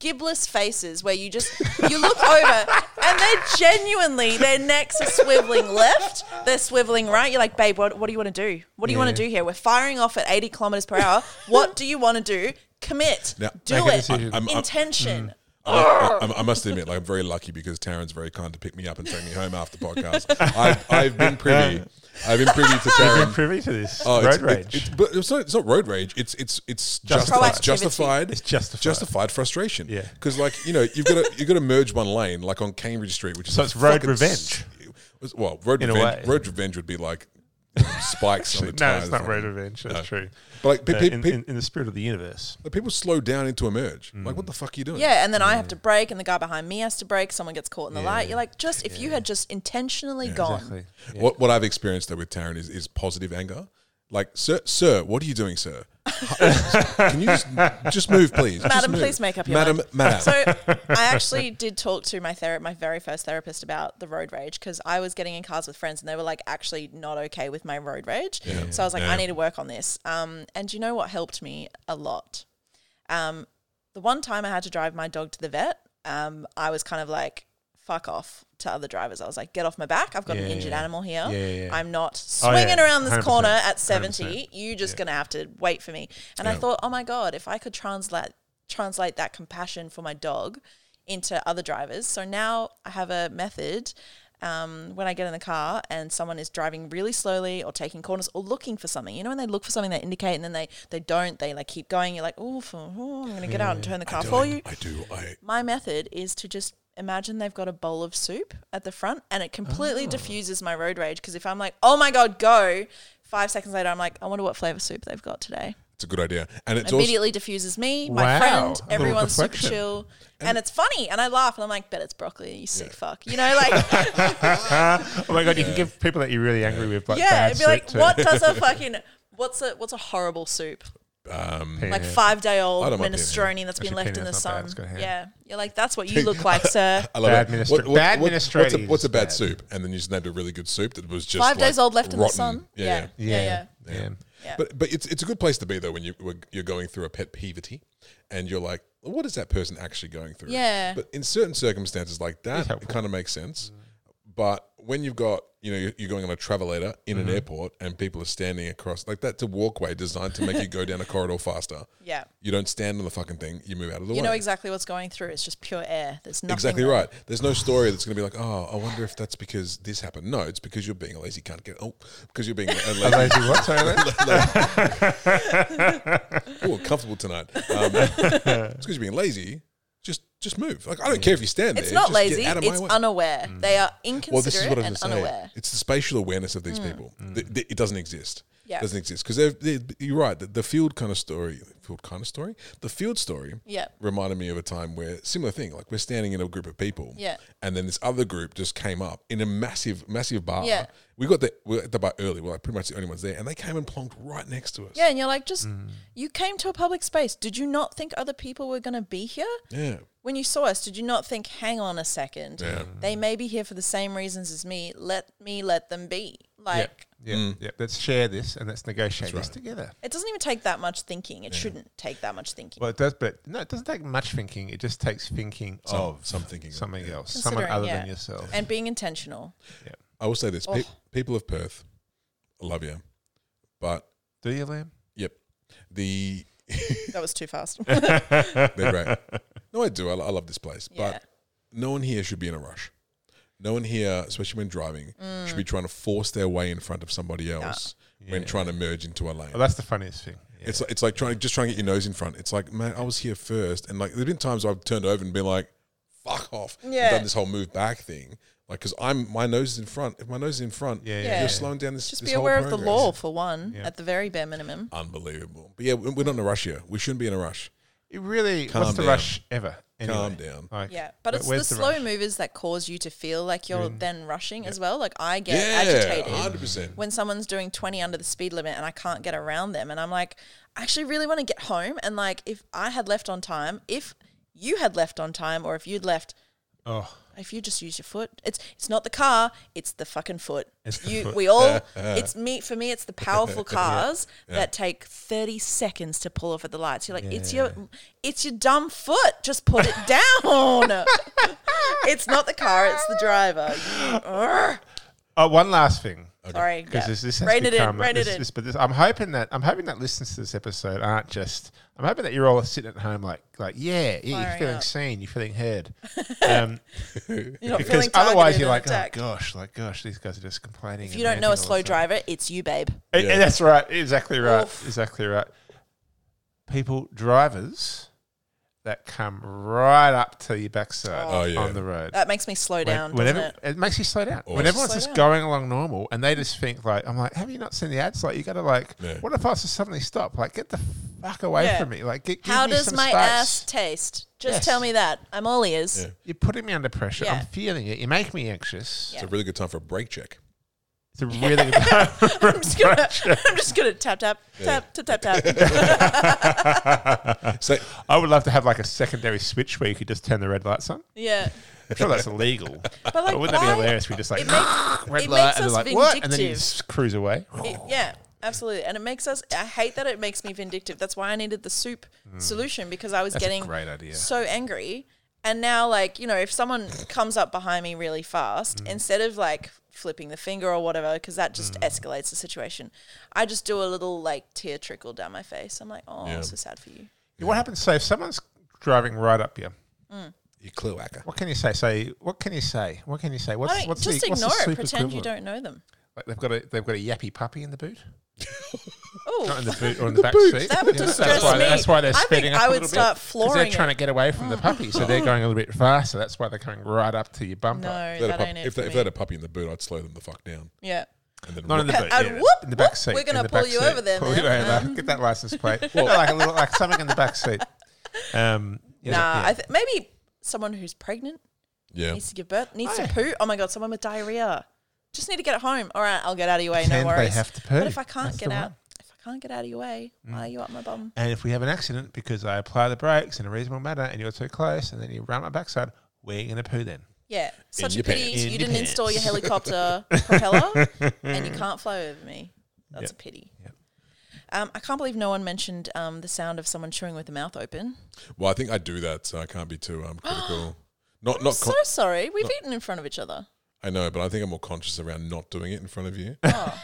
S2: gibless faces where you just you look over and they're genuinely their necks are swiveling left, they're swiveling right. You're like, babe, what, what do you want to do? What do you want to do here? We're firing off at 80 kilometers per hour. What do you want to do? Commit.
S1: Now-
S2: do
S3: Make a
S2: it.
S3: decision.
S1: I'm- mm. I'm-
S2: intention.
S1: I, I- I must admit, like I'm very lucky because Taryn's very kind to pick me up and take me home after podcast. I've, I've been privy, I've been privy to
S3: You're
S1: Taryn.
S3: privy to this
S1: Oh,
S3: road
S1: it's,
S3: rage.
S1: It's, it's, but it's not, it's not road rage. It's it's it's
S3: Justified.
S1: justified. It's justified.
S3: It's justified.
S1: Justified frustration.
S3: Yeah.
S1: Because like you know you've got to you've got to merge one lane like on Cambridge Street, which is
S3: So
S1: a
S3: it's road
S1: fucking
S3: revenge.
S1: s- well, road
S3: In a
S1: revenge.
S3: way.
S1: Road revenge would be like you know, spikes on the
S3: no,
S1: tires.
S3: it's not
S1: like-
S3: road revenge. That's true.
S1: But like pe-
S3: Uh,
S1: pe-
S3: in,
S1: pe-
S3: in, Hmm. in the spirit of the universe.
S1: like, people slow down into a merge. Like what the fuck are you doing?
S2: Yeah, and then I have
S1: Mm.
S2: to break, and the guy behind me has to break. Someone gets caught in the light. You're like, just if you had just intentionally gone,
S1: What what I've experienced though with Taryn is is positive anger. Like, sir, sir, what are you doing, sir? Can you just just move, please? Just
S2: Madam,
S1: move.
S2: please make up your
S1: Madam,
S2: mind.
S1: madam.
S2: So I actually did talk to my ther- my very first therapist about the road rage because I was getting in cars with friends and they were like actually not okay with my road rage. So I was like,
S1: Yeah.
S2: I need to work on this. Um, and you know what helped me a lot? Um, the one time I had to drive my dog to the vet, um, I was kind of like, fuck off to other drivers. I was like, get off my back. I've got an
S3: Yeah,
S2: injured
S3: yeah.
S2: animal here.
S3: Yeah, yeah, yeah.
S2: I'm not
S3: Oh, yeah.
S2: swinging around this
S3: 100%,
S2: corner at
S3: 100%.
S2: 70 you just gonna have to wait for me. And I thought, oh my god, if I could translate translate that compassion for my dog into other drivers, so now I have a method. Um, when I get in the car and someone is driving really slowly or taking corners or looking for something, you know, when they look for something, they indicate and then they they don't, they like keep going. You're like, oh, f- oh, I'm gonna get out and turn the car for you.
S1: I do. I
S2: My method is to just imagine they've got a bowl of soup at the front and it completely diffuses my road rage because if I'm like, oh my God, go, five seconds later, I'm like, I wonder what flavor soup they've got today.
S1: it's a good idea, and it's also
S2: Immediately diffuses me, my
S3: Wow.
S2: friend,
S3: Little
S2: everyone's super
S3: deflection.
S2: chill. And, it's funny. And I laugh and I'm like, bet it's broccoli, you sick fuck. You know, like,
S3: Oh my god, you can give people that you're really angry with like
S2: yeah,
S3: bad
S2: it'd be like,
S3: soup
S2: what
S3: too.
S2: does a fucking. What's a what's a horrible soup?
S1: Mm.
S3: Peanut.
S2: Like five day old
S1: I don't mind
S2: minestrone that's been
S3: Actually,
S2: left in the
S3: peanut's not bad.
S2: sun.
S3: It's got hair.
S2: Yeah, you're like that's what you look like, sir.
S1: I love
S3: Bad
S1: it.
S3: minestra- bad
S1: bad what's, a,
S3: minestrone
S1: what's a
S3: is
S1: bad,
S3: bad.
S1: soup? And then you just named a really good soup that was just
S2: Five days
S1: like,
S2: old left in the
S1: rotten.
S2: sun.
S1: Yeah,
S2: Yeah, yeah, yeah.
S3: yeah. yeah.
S2: Yeah.
S1: But but it's it's a good place to be though when you when you're going through a pet peevity, and you're like, what is that person actually going through?
S2: Yeah.
S1: But in certain circumstances like that, it
S3: helpful.
S1: kind of makes sense. But when you've got you know you're- you're going on a travelator in an airport and people are standing across like that's a walkway designed to make you go down a corridor faster.
S2: Yeah.
S1: You don't stand on the fucking thing. You move out of the
S2: You
S1: way.
S2: know exactly what's going through. It's just pure air. There's nothing.
S1: Exactly
S2: there.
S1: right. There's no story that's going to be like, oh, I wonder if that's because this happened. No, it's because you're being a lazy cunt. Get oh, because you're being a lazy.
S3: Lazy what? Sorry, Len?
S1: oh, comfortable tonight. Um, it's because you're being lazy. Just, just move. Like I don't care if you stand
S2: It's
S1: there.
S2: not
S1: just
S2: lazy.
S1: Get out of
S2: It's
S1: my way. Mm.
S2: unaware. They are
S1: well, this is
S2: inconsiderate
S1: what I'm
S2: and
S1: saying.
S2: unaware.
S1: It's the spatial awareness of these people.
S3: Mm.
S1: Th- th- it doesn't exist.
S2: Mm. Yeah.
S1: doesn't exist because they you're right. The, the field kind of story, field kind of story, the field story.
S2: Yeah.
S1: reminded me of a time where similar thing. Like we're standing in a group of people.
S2: Yeah.
S1: and then this other group just came up in a massive, massive bar.
S2: Yeah.
S1: we got the we were at the bar early. We're like pretty much the only ones there, and they came and plonked right next to us.
S2: Yeah, and you're like, just
S1: Mm.
S2: you came to a public space. Did you not think other people were going to be here?
S1: yeah.
S2: When you saw us, did you not think, hang on a second,
S1: Yeah.
S2: they may be here for the same reasons as me? Let me let them be. Like
S3: Yeah,
S1: Mm.
S3: yeah. Let's share this and let's negotiate this together.
S2: it doesn't even take that much thinking. It shouldn't take that much thinking.
S3: Well, it does, but no, it doesn't take much thinking. It just takes thinking
S1: Some-
S3: of
S1: some thinking of,
S3: something
S1: yeah.
S3: else, someone
S2: Considering,
S3: other
S2: yeah.
S3: than yourself.
S2: and being intentional.
S1: I will say this: pe-
S2: Oh.
S1: people of Perth, I love you, but
S3: Do you, Liam?
S1: yep, the
S2: That was too fast.
S1: they're great. no, I do. I, I love this place,
S2: yeah.
S1: but no one here should be in a rush. No one here, especially when driving, should be trying to force their way in front of somebody else when trying to merge into a lane.
S3: Well, that's the funniest thing. Yeah.
S1: It's like, it's like trying just trying to get your nose in front. It's like, man, I was here first, and like there've been times I've turned over and been like, "Fuck off!" and
S2: Yeah.
S1: done this whole move back thing, like because I'm my nose is in front. If my nose is in front,
S3: Yeah,
S1: you're
S3: yeah, yeah.
S1: slowing down this.
S2: Just
S1: this
S2: be
S1: whole
S2: aware of the
S1: progress.
S2: law for one,
S3: Yeah.
S2: at the very bare minimum.
S1: Unbelievable, but yeah, we- we're not in a rush here. We shouldn't be in a rush.
S3: It really,
S1: Calm
S3: what's the
S1: down.
S3: rush ever? Anyway?
S1: Calm down.
S3: Like,
S2: Yeah, but
S3: wh-
S2: it's the,
S3: where's
S2: slow
S3: rush?
S2: movers that cause you to feel like you're then rushing as well. Like I get
S1: Yeah,
S2: agitated
S1: hundred percent.
S2: when someone's doing 20 under the speed limit and I can't get around them and I'm like, I actually really want to get home and like if I had left on time, if you had left on time or if you'd left
S3: Oh,
S2: if you just use your foot, it's it's not the car, it's the fucking foot.
S3: It's the
S2: you,
S3: foot.
S2: we all. it's me for me. It's the powerful cars that take thirty seconds to pull off at the lights. You're like, it's your, it's your dumb foot. Just put it down. it's not the car, it's the driver. You- Urgh.
S3: oh, one last thing.
S2: Sorry,
S3: Because
S2: yeah.
S3: this, this has
S2: Rein it
S3: become
S2: in. Rein
S3: this,
S2: it in.
S3: this- but this, I'm hoping that I'm hoping that listeners to this episode aren't just. I'm hoping that you're all sitting at home like like yeah, yeah you're
S2: Firing
S3: feeling
S2: up.
S3: seen, you're feeling heard. Um,
S2: You're not
S3: because
S2: feeling
S3: otherwise
S2: targeted
S3: you're
S2: and
S3: like
S2: attacked.
S3: oh gosh, like gosh, these guys are just complaining.
S2: if you don't know a slow driver, it's you, babe.
S3: And,
S1: Yeah.
S3: that's right. Exactly right.
S2: Oof.
S3: Exactly right. People, drivers that come right up to your backside
S1: Oh, yeah.
S3: on the road.
S2: That makes me slow
S3: When-
S2: down,
S3: whenever,
S2: doesn't it?
S3: makes you slow down.
S1: Awesome.
S3: When everyone's
S2: Slow
S3: just
S2: down.
S3: going along normal and they just think like, I'm like, have you not seen the ads? Like you got to like,
S1: Yeah.
S3: what if I just suddenly stop? Like get the fuck away
S2: Yeah.
S3: from me. Like gi- give
S2: How
S3: me
S2: does
S3: some
S2: my
S3: space.
S2: ass taste? Just
S3: Yes.
S2: tell me that. I'm all ears.
S1: Yeah.
S3: You're putting me under pressure.
S2: Yeah.
S3: I'm feeling it. You make me anxious.
S1: It's a really good time for a brake check.
S3: It's a really good
S2: I'm just gonna, I'm just gonna tap tap tap tap tap tap.
S1: So
S3: I would love to have like a secondary switch where you could just turn the red lights on.
S2: Yeah,
S3: I'm sure that's illegal.
S2: but like,
S3: But wouldn't that be
S2: why-
S3: hilarious? We just like
S2: It makes,
S3: red
S2: it
S3: light and
S2: makes us
S3: they're like
S2: vindictive.
S3: what, and then you just cruise away.
S2: It- yeah, absolutely, and it makes us. I hate that it makes me vindictive. That's why I needed the soup solution because I was
S3: Hmm. That's a
S2: getting
S3: great idea.
S2: so angry, and now like you know, if someone comes up behind me really
S3: Mm.
S2: fast, instead of like flipping the finger or whatever, because that just escalates the situation, I just do a little like tear trickle down my face. I'm like, oh,
S1: Yeah.
S2: so sad for you.
S3: What happens? So if someone's driving right up you,
S1: you clue hacker.
S3: what can you say? Say what can you say? What can you say? What's
S2: I mean,
S3: what's
S2: just
S3: the, what's the
S2: ignore it.
S3: super
S2: Pretend you
S3: equivalent?
S2: don't know them.
S3: Like they've got a they've got a yappy puppy in the boot,
S2: Oh,
S3: not in the boot or in the, back seat.
S2: That would
S3: Yeah,
S2: distress
S3: that's why,
S2: me.
S3: That's why they're
S2: I think
S3: speeding up
S2: I
S3: a
S2: would
S3: little
S2: start
S3: bit 'cause
S2: flooring
S3: they're
S2: it.
S3: trying to get away from the puppy, so they're going a little bit faster. That's why they're coming right up to your bumper.
S2: No,
S1: If
S2: that,
S1: they had a pup-
S2: ain't it.
S1: if
S2: for
S1: they if
S2: me.
S1: they had a puppy in the boot, I'd slow them the fuck down.
S2: yeah.
S1: And then
S3: Not in the
S1: rip-
S3: boot.
S2: and
S3: yeah.
S2: whoop,
S3: in the back
S2: whoop,
S3: seat.
S2: we're
S3: in
S2: gonna
S3: the
S2: pull
S3: back
S2: you
S3: seat.
S2: over there,
S3: Pull you
S2: man.
S3: over. Get that license plate. No, like a little, like something in the back seat. Um, you know,
S2: Nah,
S3: yeah.
S2: I th- maybe someone who's pregnant
S1: yeah.
S2: needs to give birth, needs
S3: Oh,
S2: to
S3: yeah.
S2: poo. Oh my god, someone with diarrhea. Just need to get it home. All right, I'll get out of your way.
S3: Pretend
S2: no
S3: they
S2: worries.
S3: have to poo.
S2: But if I can't
S3: That's
S2: get
S3: the
S2: out,
S3: one. Mm.
S2: if I can't get out of your way, why are you up my bum?
S3: And if we have an accident because I apply the brakes in a reasonable manner and you're too close and then you run my backside, we're going to poo then.
S2: Yeah, such
S1: your
S2: a pity
S1: pants.
S2: you
S3: In your
S2: didn't install your
S3: pants.
S2: helicopter propeller and you can't fly over me. That's a pity. Um, I can't believe no one mentioned um, the sound of someone chewing with the mouth open.
S1: Well, I think I do that, so I can't be too um, critical. not not.
S2: So
S1: Con-
S2: sorry, we've eaten in front of each other.
S1: I know, but I think I'm more conscious around not doing it in front of you.
S2: Oh,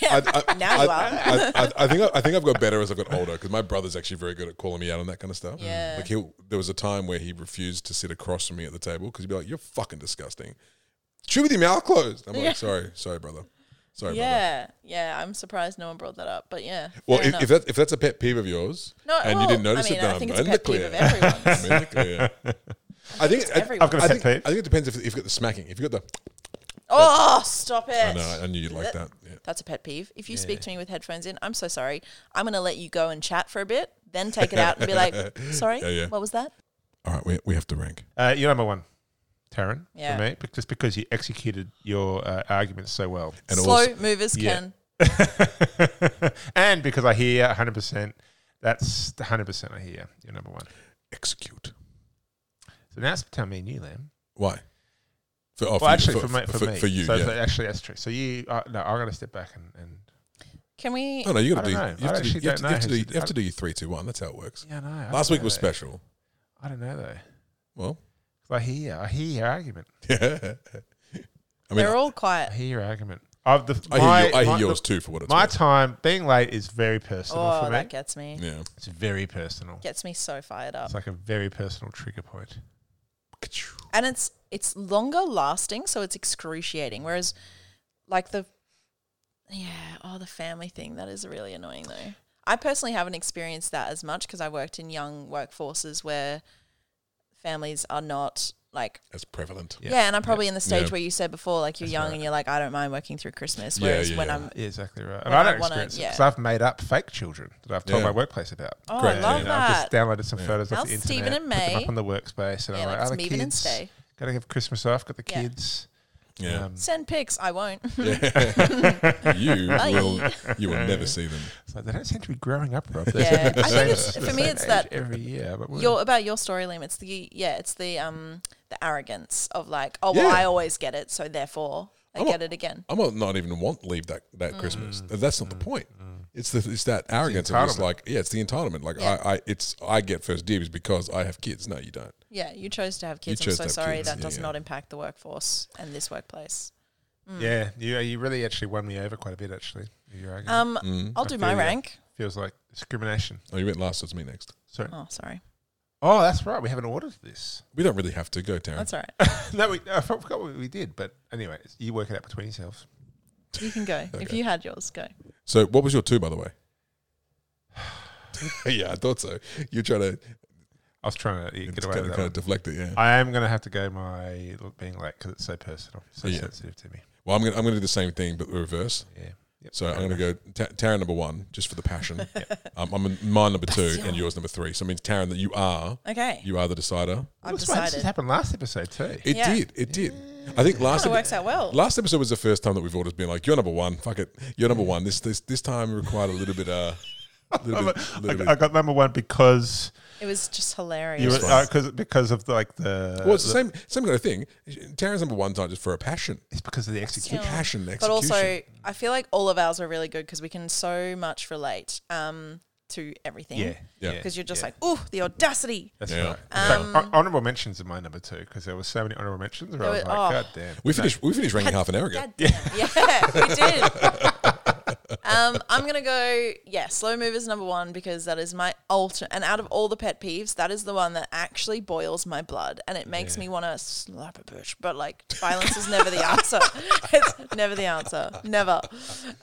S2: yeah.
S1: I, I,
S2: now you are.
S1: I, I, I think I, I think I've got better as I've got older because my brother's actually very good at calling me out on that kind of stuff.
S2: Yeah.
S1: Like he, there was a time where he refused to sit across from me at the table because he'd be like, "You're fucking disgusting. Chew with your mouth closed." I'm like,
S2: Yeah.
S1: "Sorry, sorry, brother. Sorry, brother."
S2: Yeah, yeah. I'm surprised no one brought that up, but yeah.
S1: Well, if,
S2: fair enough.
S1: if that's if that's a pet peeve of yours,
S2: no,
S1: and
S2: well,
S1: you didn't notice
S2: I mean,
S1: it, then
S2: I think
S1: I'm
S2: it's a
S1: in the
S2: pet peeve
S1: clear.
S2: of everyone's.
S1: I'm in the clear. I think I,
S2: everyone's. I've
S3: got a
S1: I
S3: pet
S1: think,
S3: peeve.
S1: I think it depends if, if you've got the smacking. If you've got the,
S2: oh, stop it!
S1: I know, I knew you'd like that. Yeah.
S2: That's a pet peeve. If you speak to me with headphones in, I'm so sorry. I'm gonna let you go and chat for a bit, then take it out and be like, "Sorry,
S1: Yeah, yeah.
S2: what was that?"
S1: All right, we, we have to rank.
S3: Uh, you're number one, Taryn,
S2: Yeah.
S3: for me, bec- just because you executed your uh, arguments so well.
S1: And
S2: Slow
S1: also,
S2: movers
S3: Yeah.
S2: can.
S3: and because I hear 100%, that's the 100% I hear. You're number one.
S1: execute.
S3: So now it's time me and you, Lamb.
S1: Why? For, oh, for
S3: Well,
S1: you-
S3: actually, for, me, for, me,
S1: for you,
S3: So
S1: yeah.
S3: that- actually, that's true. So you, uh, no, I'm gonna step back and, and
S2: Can we?
S1: oh no, you got to do.
S3: I don't know.
S1: You
S3: I
S1: have to do.
S3: actually
S1: You have to-
S3: don't
S1: you have to
S3: know
S1: do.
S3: who's-
S1: You have to do your three, two, one. That's how it works.
S3: yeah, no. I
S1: Last
S3: don't
S1: week was
S3: know though.
S1: special.
S3: I don't know though.
S1: Well,
S3: I hear, I hear your argument.
S1: I mean,
S2: They're all quiet.
S3: I hear your argument. I've the,
S1: I hear,
S3: my,
S1: your, I hear
S3: my,
S1: yours
S3: look,
S1: too for what it's
S3: My
S1: worth.
S3: time being late is very personal
S2: Oh,
S3: for me.
S2: that gets me.
S1: yeah.
S3: It's very personal.
S2: Gets me so fired up.
S3: It's like a very personal trigger point.
S2: and it's it's longer lasting, so it's excruciating. Whereas, like the yeah, oh, the family thing that is really annoying though. I personally haven't experienced that as much because I worked in young workforces where families are not like
S1: That's prevalent.
S2: yeah, and I'm probably in the stage
S1: Yeah.
S2: where you said before, like you're
S3: That's
S2: young
S3: right.
S2: and you're like, I don't mind working through Christmas.
S1: Yeah,
S2: Whereas
S1: yeah,
S2: when
S1: yeah.
S2: I'm
S3: Yeah, exactly right. And
S2: When
S3: I
S2: I
S3: don't
S2: wanna-
S3: experience it because
S2: yeah.
S3: I've made up fake children that I've told
S1: Yeah.
S3: my workplace about.
S2: oh,
S1: Great.
S2: I love
S1: Yeah,
S3: And I've
S2: that.
S3: just downloaded some
S1: Yeah.
S3: photos off
S2: Now
S3: the internet,
S2: Stephen and
S3: put them
S2: May.
S3: up on the workspace, and
S2: yeah,
S3: I'm like,
S2: like,
S3: "Oh,
S2: it's
S3: the
S2: Meven and
S3: kids,
S2: stay.
S3: got to have Christmas off, got the
S2: Yeah.
S3: kids."
S1: Yeah.
S3: Um,
S2: Send pics. I won't.
S1: Yeah. you
S2: Bye.
S1: will. You will never see them.
S3: it's like, they don't seem to be growing up, Rob. They seem to
S2: Yeah.
S3: be
S2: I
S3: the
S2: think
S3: same-
S2: it's-
S3: the
S2: for me,
S3: same
S2: it's
S3: age
S2: that
S3: every year. But we're-
S2: your about your story, Liam. It's the yeah, it's the um the arrogance of like, oh well,
S1: Yeah.
S2: I always get it, so therefore I
S1: I'm a-
S2: get it again.
S1: I might not even want leave that
S2: Mm.
S1: that Christmas. That's not the point. It's the it's that arrogance of just
S3: entitlement.
S1: like yeah, it's the entitlement. Like
S2: Yeah.
S1: I, I it's I get first dibs because I have kids. No, you don't.
S2: Yeah, you chose to have kids. I'm
S1: chose
S2: so
S1: to have
S2: sorry
S1: kids,
S2: that
S1: yeah,
S2: does
S1: yeah.
S2: not impact the workforce and this workplace. mm.
S3: yeah, you uh, you really actually won me over quite a bit. Actually, your argument
S1: Mm,
S2: Um, I'll do
S3: I
S2: my
S3: feel ya.
S2: rank.
S3: feels like discrimination.
S1: Oh, you went last. So it's me next.
S3: Sorry.
S2: Oh, sorry,
S3: Oh, that's right. We haven't ordered this.
S1: We don't really have to go, Taryn.
S2: that's all right.
S3: no, we, I forgot what we did. But anyway, you work it out between yourselves.
S2: You can go if
S1: Okay.
S2: you had yours. Go.
S1: So what was your two, by the way? yeah, I thought so. You're trying to
S3: I was trying to get
S1: just
S3: away
S1: kind, of,
S3: with that.
S1: kind
S3: one.
S1: of deflect it. Yeah.
S3: I am going to have to go my look being late because it's so personal, so
S1: Yeah.
S3: sensitive to me.
S1: Well, I'm gonna I'm gonna do the same thing but the reverse.
S3: Yeah. Yep.
S1: So I'm
S3: Fair
S1: going to
S3: enough.
S1: go Ta Taryn number one just for the passion. um, I'm in mine number two
S2: Passion.
S1: and yours number three. So it means Taryn that you are
S2: Okay,
S1: you are the decider.
S2: I've
S3: Well, it's fine, This has
S2: decided.
S3: happened last episode too.
S1: It
S2: Yeah.
S1: did. It did. I think last
S2: Kind
S1: episode,
S2: of works out well.
S1: last episode was the first time that we've all just been like, "You're number one. Fuck it. You're number one." This this this time required a little bit. Uh, little bit, little bit.
S3: I, I got number one because
S2: It was just hilarious.
S3: you were, uh, cause, because of like the.
S1: well, it's the
S3: the-
S1: same same kind of thing. Taryn's number one time just for a passion,
S3: It's because of the
S1: the
S3: execution.
S2: Yeah.
S1: passion, the
S2: but
S1: uh, execution.
S2: also, I feel like all of ours are really good because we can so much relate um, to everything.
S3: Yeah.
S1: Yeah.
S2: Because you're just
S3: yeah.
S2: like, ooh, the audacity.
S3: That's
S1: Yeah.
S3: right.
S2: Um,
S3: In fact, hon- honorable mentions are my number two because there were so many honorable mentions. Where I
S2: There
S3: was
S2: were-
S3: like,
S2: oh.
S3: God damn.
S1: we finished we finished ranking half an hour ago.
S2: God damn. Yeah, we did. um, I'm gonna go. Yeah, slow movers number one because that is my ultimate. And out of all the pet peeves, that is the one that actually boils my blood, and it makes me want to slap a bitch. But like, violence is never the answer. it's never the answer. Never.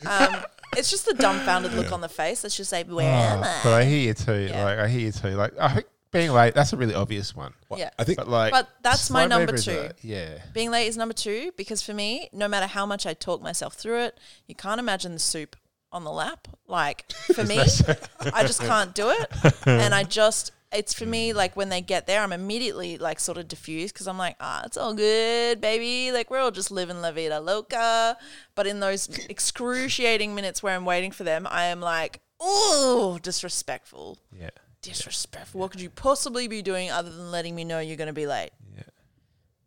S2: Um, it's just the dumbfounded look on the face. Let's just say, where am
S3: Oh,
S2: I?
S3: but I hear you too.
S2: Yeah.
S3: Like I hear you too. Like I think being late. That's a really obvious one.
S1: Well,
S2: Yeah.
S1: I think
S3: But like,
S2: But that's my
S3: slow
S2: number
S3: mover is
S2: two.
S3: a- yeah.
S2: Being late is number two because for me, no matter how much I talk myself through it, you can't imagine the soup on the lap. Like for me, I just can't do it, and I just. It's for me like when they get there, I'm immediately like sort of diffused because I'm like, ah, it's all good, baby. Like we're all just living la vida loca. But in those excruciating minutes where I'm waiting for them, I am like, ooh, disrespectful,
S3: Yeah.
S2: disrespectful. What could you possibly be doing other than letting me know you're going to be late?
S3: Yeah.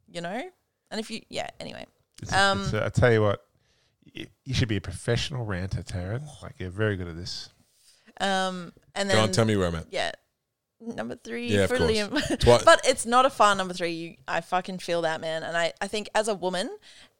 S2: you know? And if you, yeah, anyway.
S3: It's,
S2: Um,
S3: it's, uh, I tell you what, you, you should be a professional ranter, Taryn. Like you're very good at this.
S2: Um, and
S1: go
S2: then,
S1: on, tell me where I'm at.
S2: yeah, number three
S1: Yeah, of
S2: for
S1: course.
S2: Liam.
S1: Twi-
S2: but it's not a far number three. You, I fucking feel that, man. And I, I think as a woman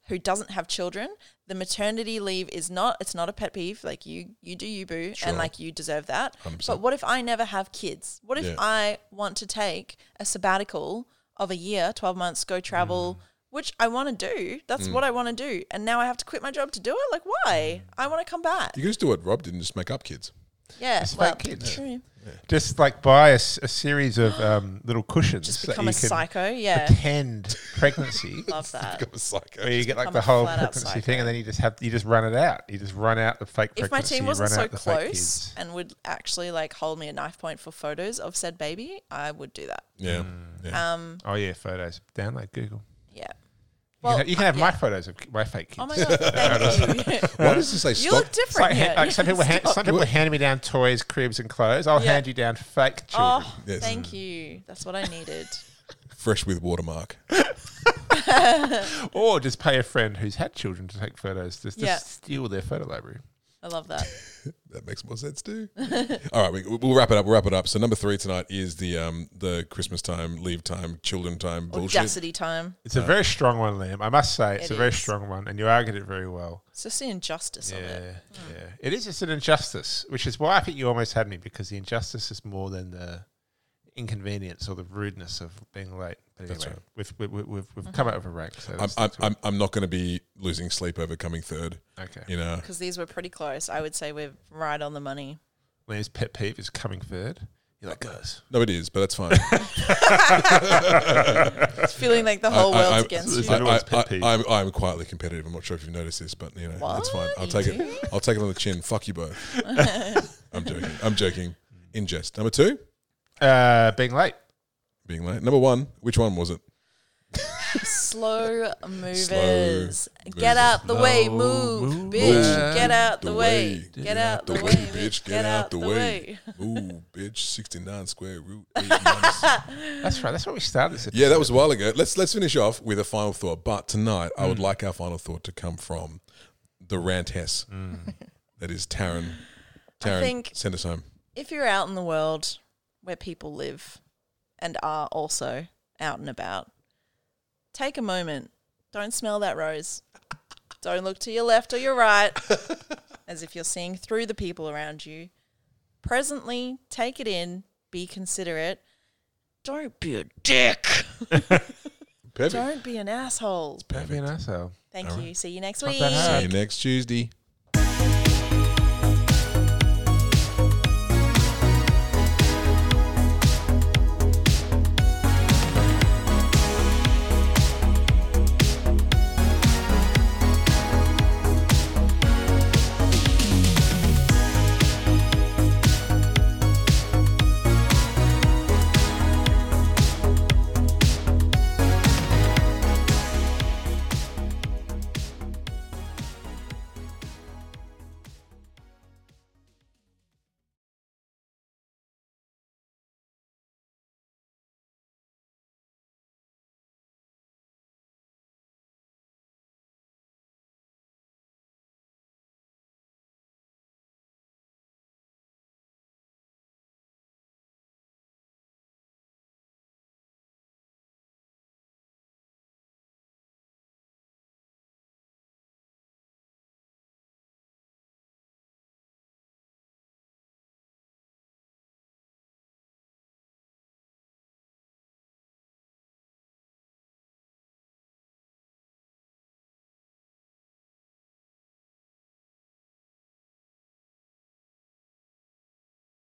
S2: who doesn't have children, the maternity leave is not, it's not a pet peeve. Like you, you do you boo
S1: Sure.
S2: and like you deserve that.
S1: 100%.
S2: But what if I never have kids? What if
S1: Yeah.
S2: I want to take a sabbatical of a year, 12 months, go travel?
S1: Mm.
S2: Which I want to do. That's what I want to do. And now I have to quit my job to do it. Like, why? I want to come back.
S1: Mm. You can just do what Rob did and just make up kids.
S2: Yeah,
S3: Just
S2: well,
S3: fake it.
S2: true.
S3: Just like buy a, s- a series of um, little cushions.
S2: Just
S3: that
S2: become
S3: you
S2: a
S3: can
S2: psycho. Yeah,
S3: Pretend pregnancy.
S2: love that.
S1: Become a psycho.
S3: Where you get like
S2: become
S3: the
S2: a
S3: whole
S2: flat-out
S3: pregnancy
S2: psycho.
S3: thing, and then you just have you just run it out. You just run out the fake
S2: If my
S3: pregnancy.
S2: team
S3: you
S2: wasn't
S3: run
S2: so
S3: out the fake
S2: close
S3: kids.
S2: and would actually like hold me a knife point for photos of said baby, I would do that.
S1: Yeah. yeah.
S2: Um,
S3: Oh yeah, photos. Download Google.
S2: yeah.
S3: you
S2: Well,
S3: can have, you can have my
S2: yeah.
S3: photos of ki- my fake kids.
S2: Oh my god! Thank you.
S1: Why does it say
S2: you
S1: stop?
S2: look
S3: It's like,
S2: different.
S3: hand-
S2: here.
S3: like some people, hand, some people hand me down toys, cribs, and clothes. I'll
S2: Yeah.
S3: hand you down fake children. Mm.
S2: Oh,
S1: Yes.
S2: thank you. That's what I needed.
S1: fresh with watermark.
S3: Or just pay a friend who's had children to take photos, just,
S2: Yeah.
S3: just steal their photo library.
S2: I love that.
S1: That makes more sense too. All right, we, we'll wrap it up. We'll wrap it up. So number three tonight is the um the Christmas time, leave time, children time
S2: Oh,
S1: bullshit.
S2: Audacity time.
S3: It's a very strong one, Liam. I must say, it's
S2: It
S3: a very
S2: is.
S3: strong one, and you argued it very well.
S2: It's just the injustice of
S3: Yeah,
S2: it.
S3: yeah. It is just an injustice, which is why I think you almost had me because the injustice is more than the inconvenience or the rudeness of being late. But anyway,
S1: That's
S3: we've, we, we- we've,
S2: Mm-hmm.
S3: we've come out of a rank. So
S1: I'm
S3: that's,
S1: I'm,
S3: that's
S1: I'm, I'm not going to be losing sleep over coming third.
S3: okay.
S1: You know,
S2: Because these were pretty close. I would say we're right on the money.
S3: Liam's pet peeve is coming third. You're like, guys.
S1: no, it is, but that's fine.
S2: It's feeling like the whole world's
S1: I,
S2: against you.
S3: It's everyone's pet peeve.
S1: I, am I'm quietly competitive. I'm not sure if you've noticed this, but you know, that's fine.
S2: What?
S1: I'll
S2: You
S1: take
S2: do?
S1: it. I'll take it on the chin. Fuck you both. I'm joking. I'm joking. In jest. Number two,
S3: Uh, being late.
S1: being late. Number one, which one was it?
S2: Slow movers.
S1: movers.
S2: Get out the way,
S3: Slow
S2: move,
S3: movers.
S2: bitch. Get out
S1: The
S2: the way.
S1: way.
S2: Get out the way, bitch. Get out the way.
S1: Ooh, bitch. 69 square root. Eight minus.
S3: That's right. That's what we started this.
S1: yeah, that was a while ago. Let's let's finish off with a final thought. But tonight, I would like our final thought to come from the rantess. That is Taryn. Taryn,
S2: think-
S1: send us home.
S2: If you're out in the world where people live and are also out and about, take a moment. Don't smell that rose. Don't look to your left or your right as if you're seeing through the people around you. Presently, take it in, be considerate. Don't be a dick.
S1: Perfect.
S2: Don't be an asshole.
S3: That'd be an asshole.
S2: Thank
S1: All
S2: you. See you next
S3: Not
S2: week.
S3: that hard.
S1: See you next Tuesday.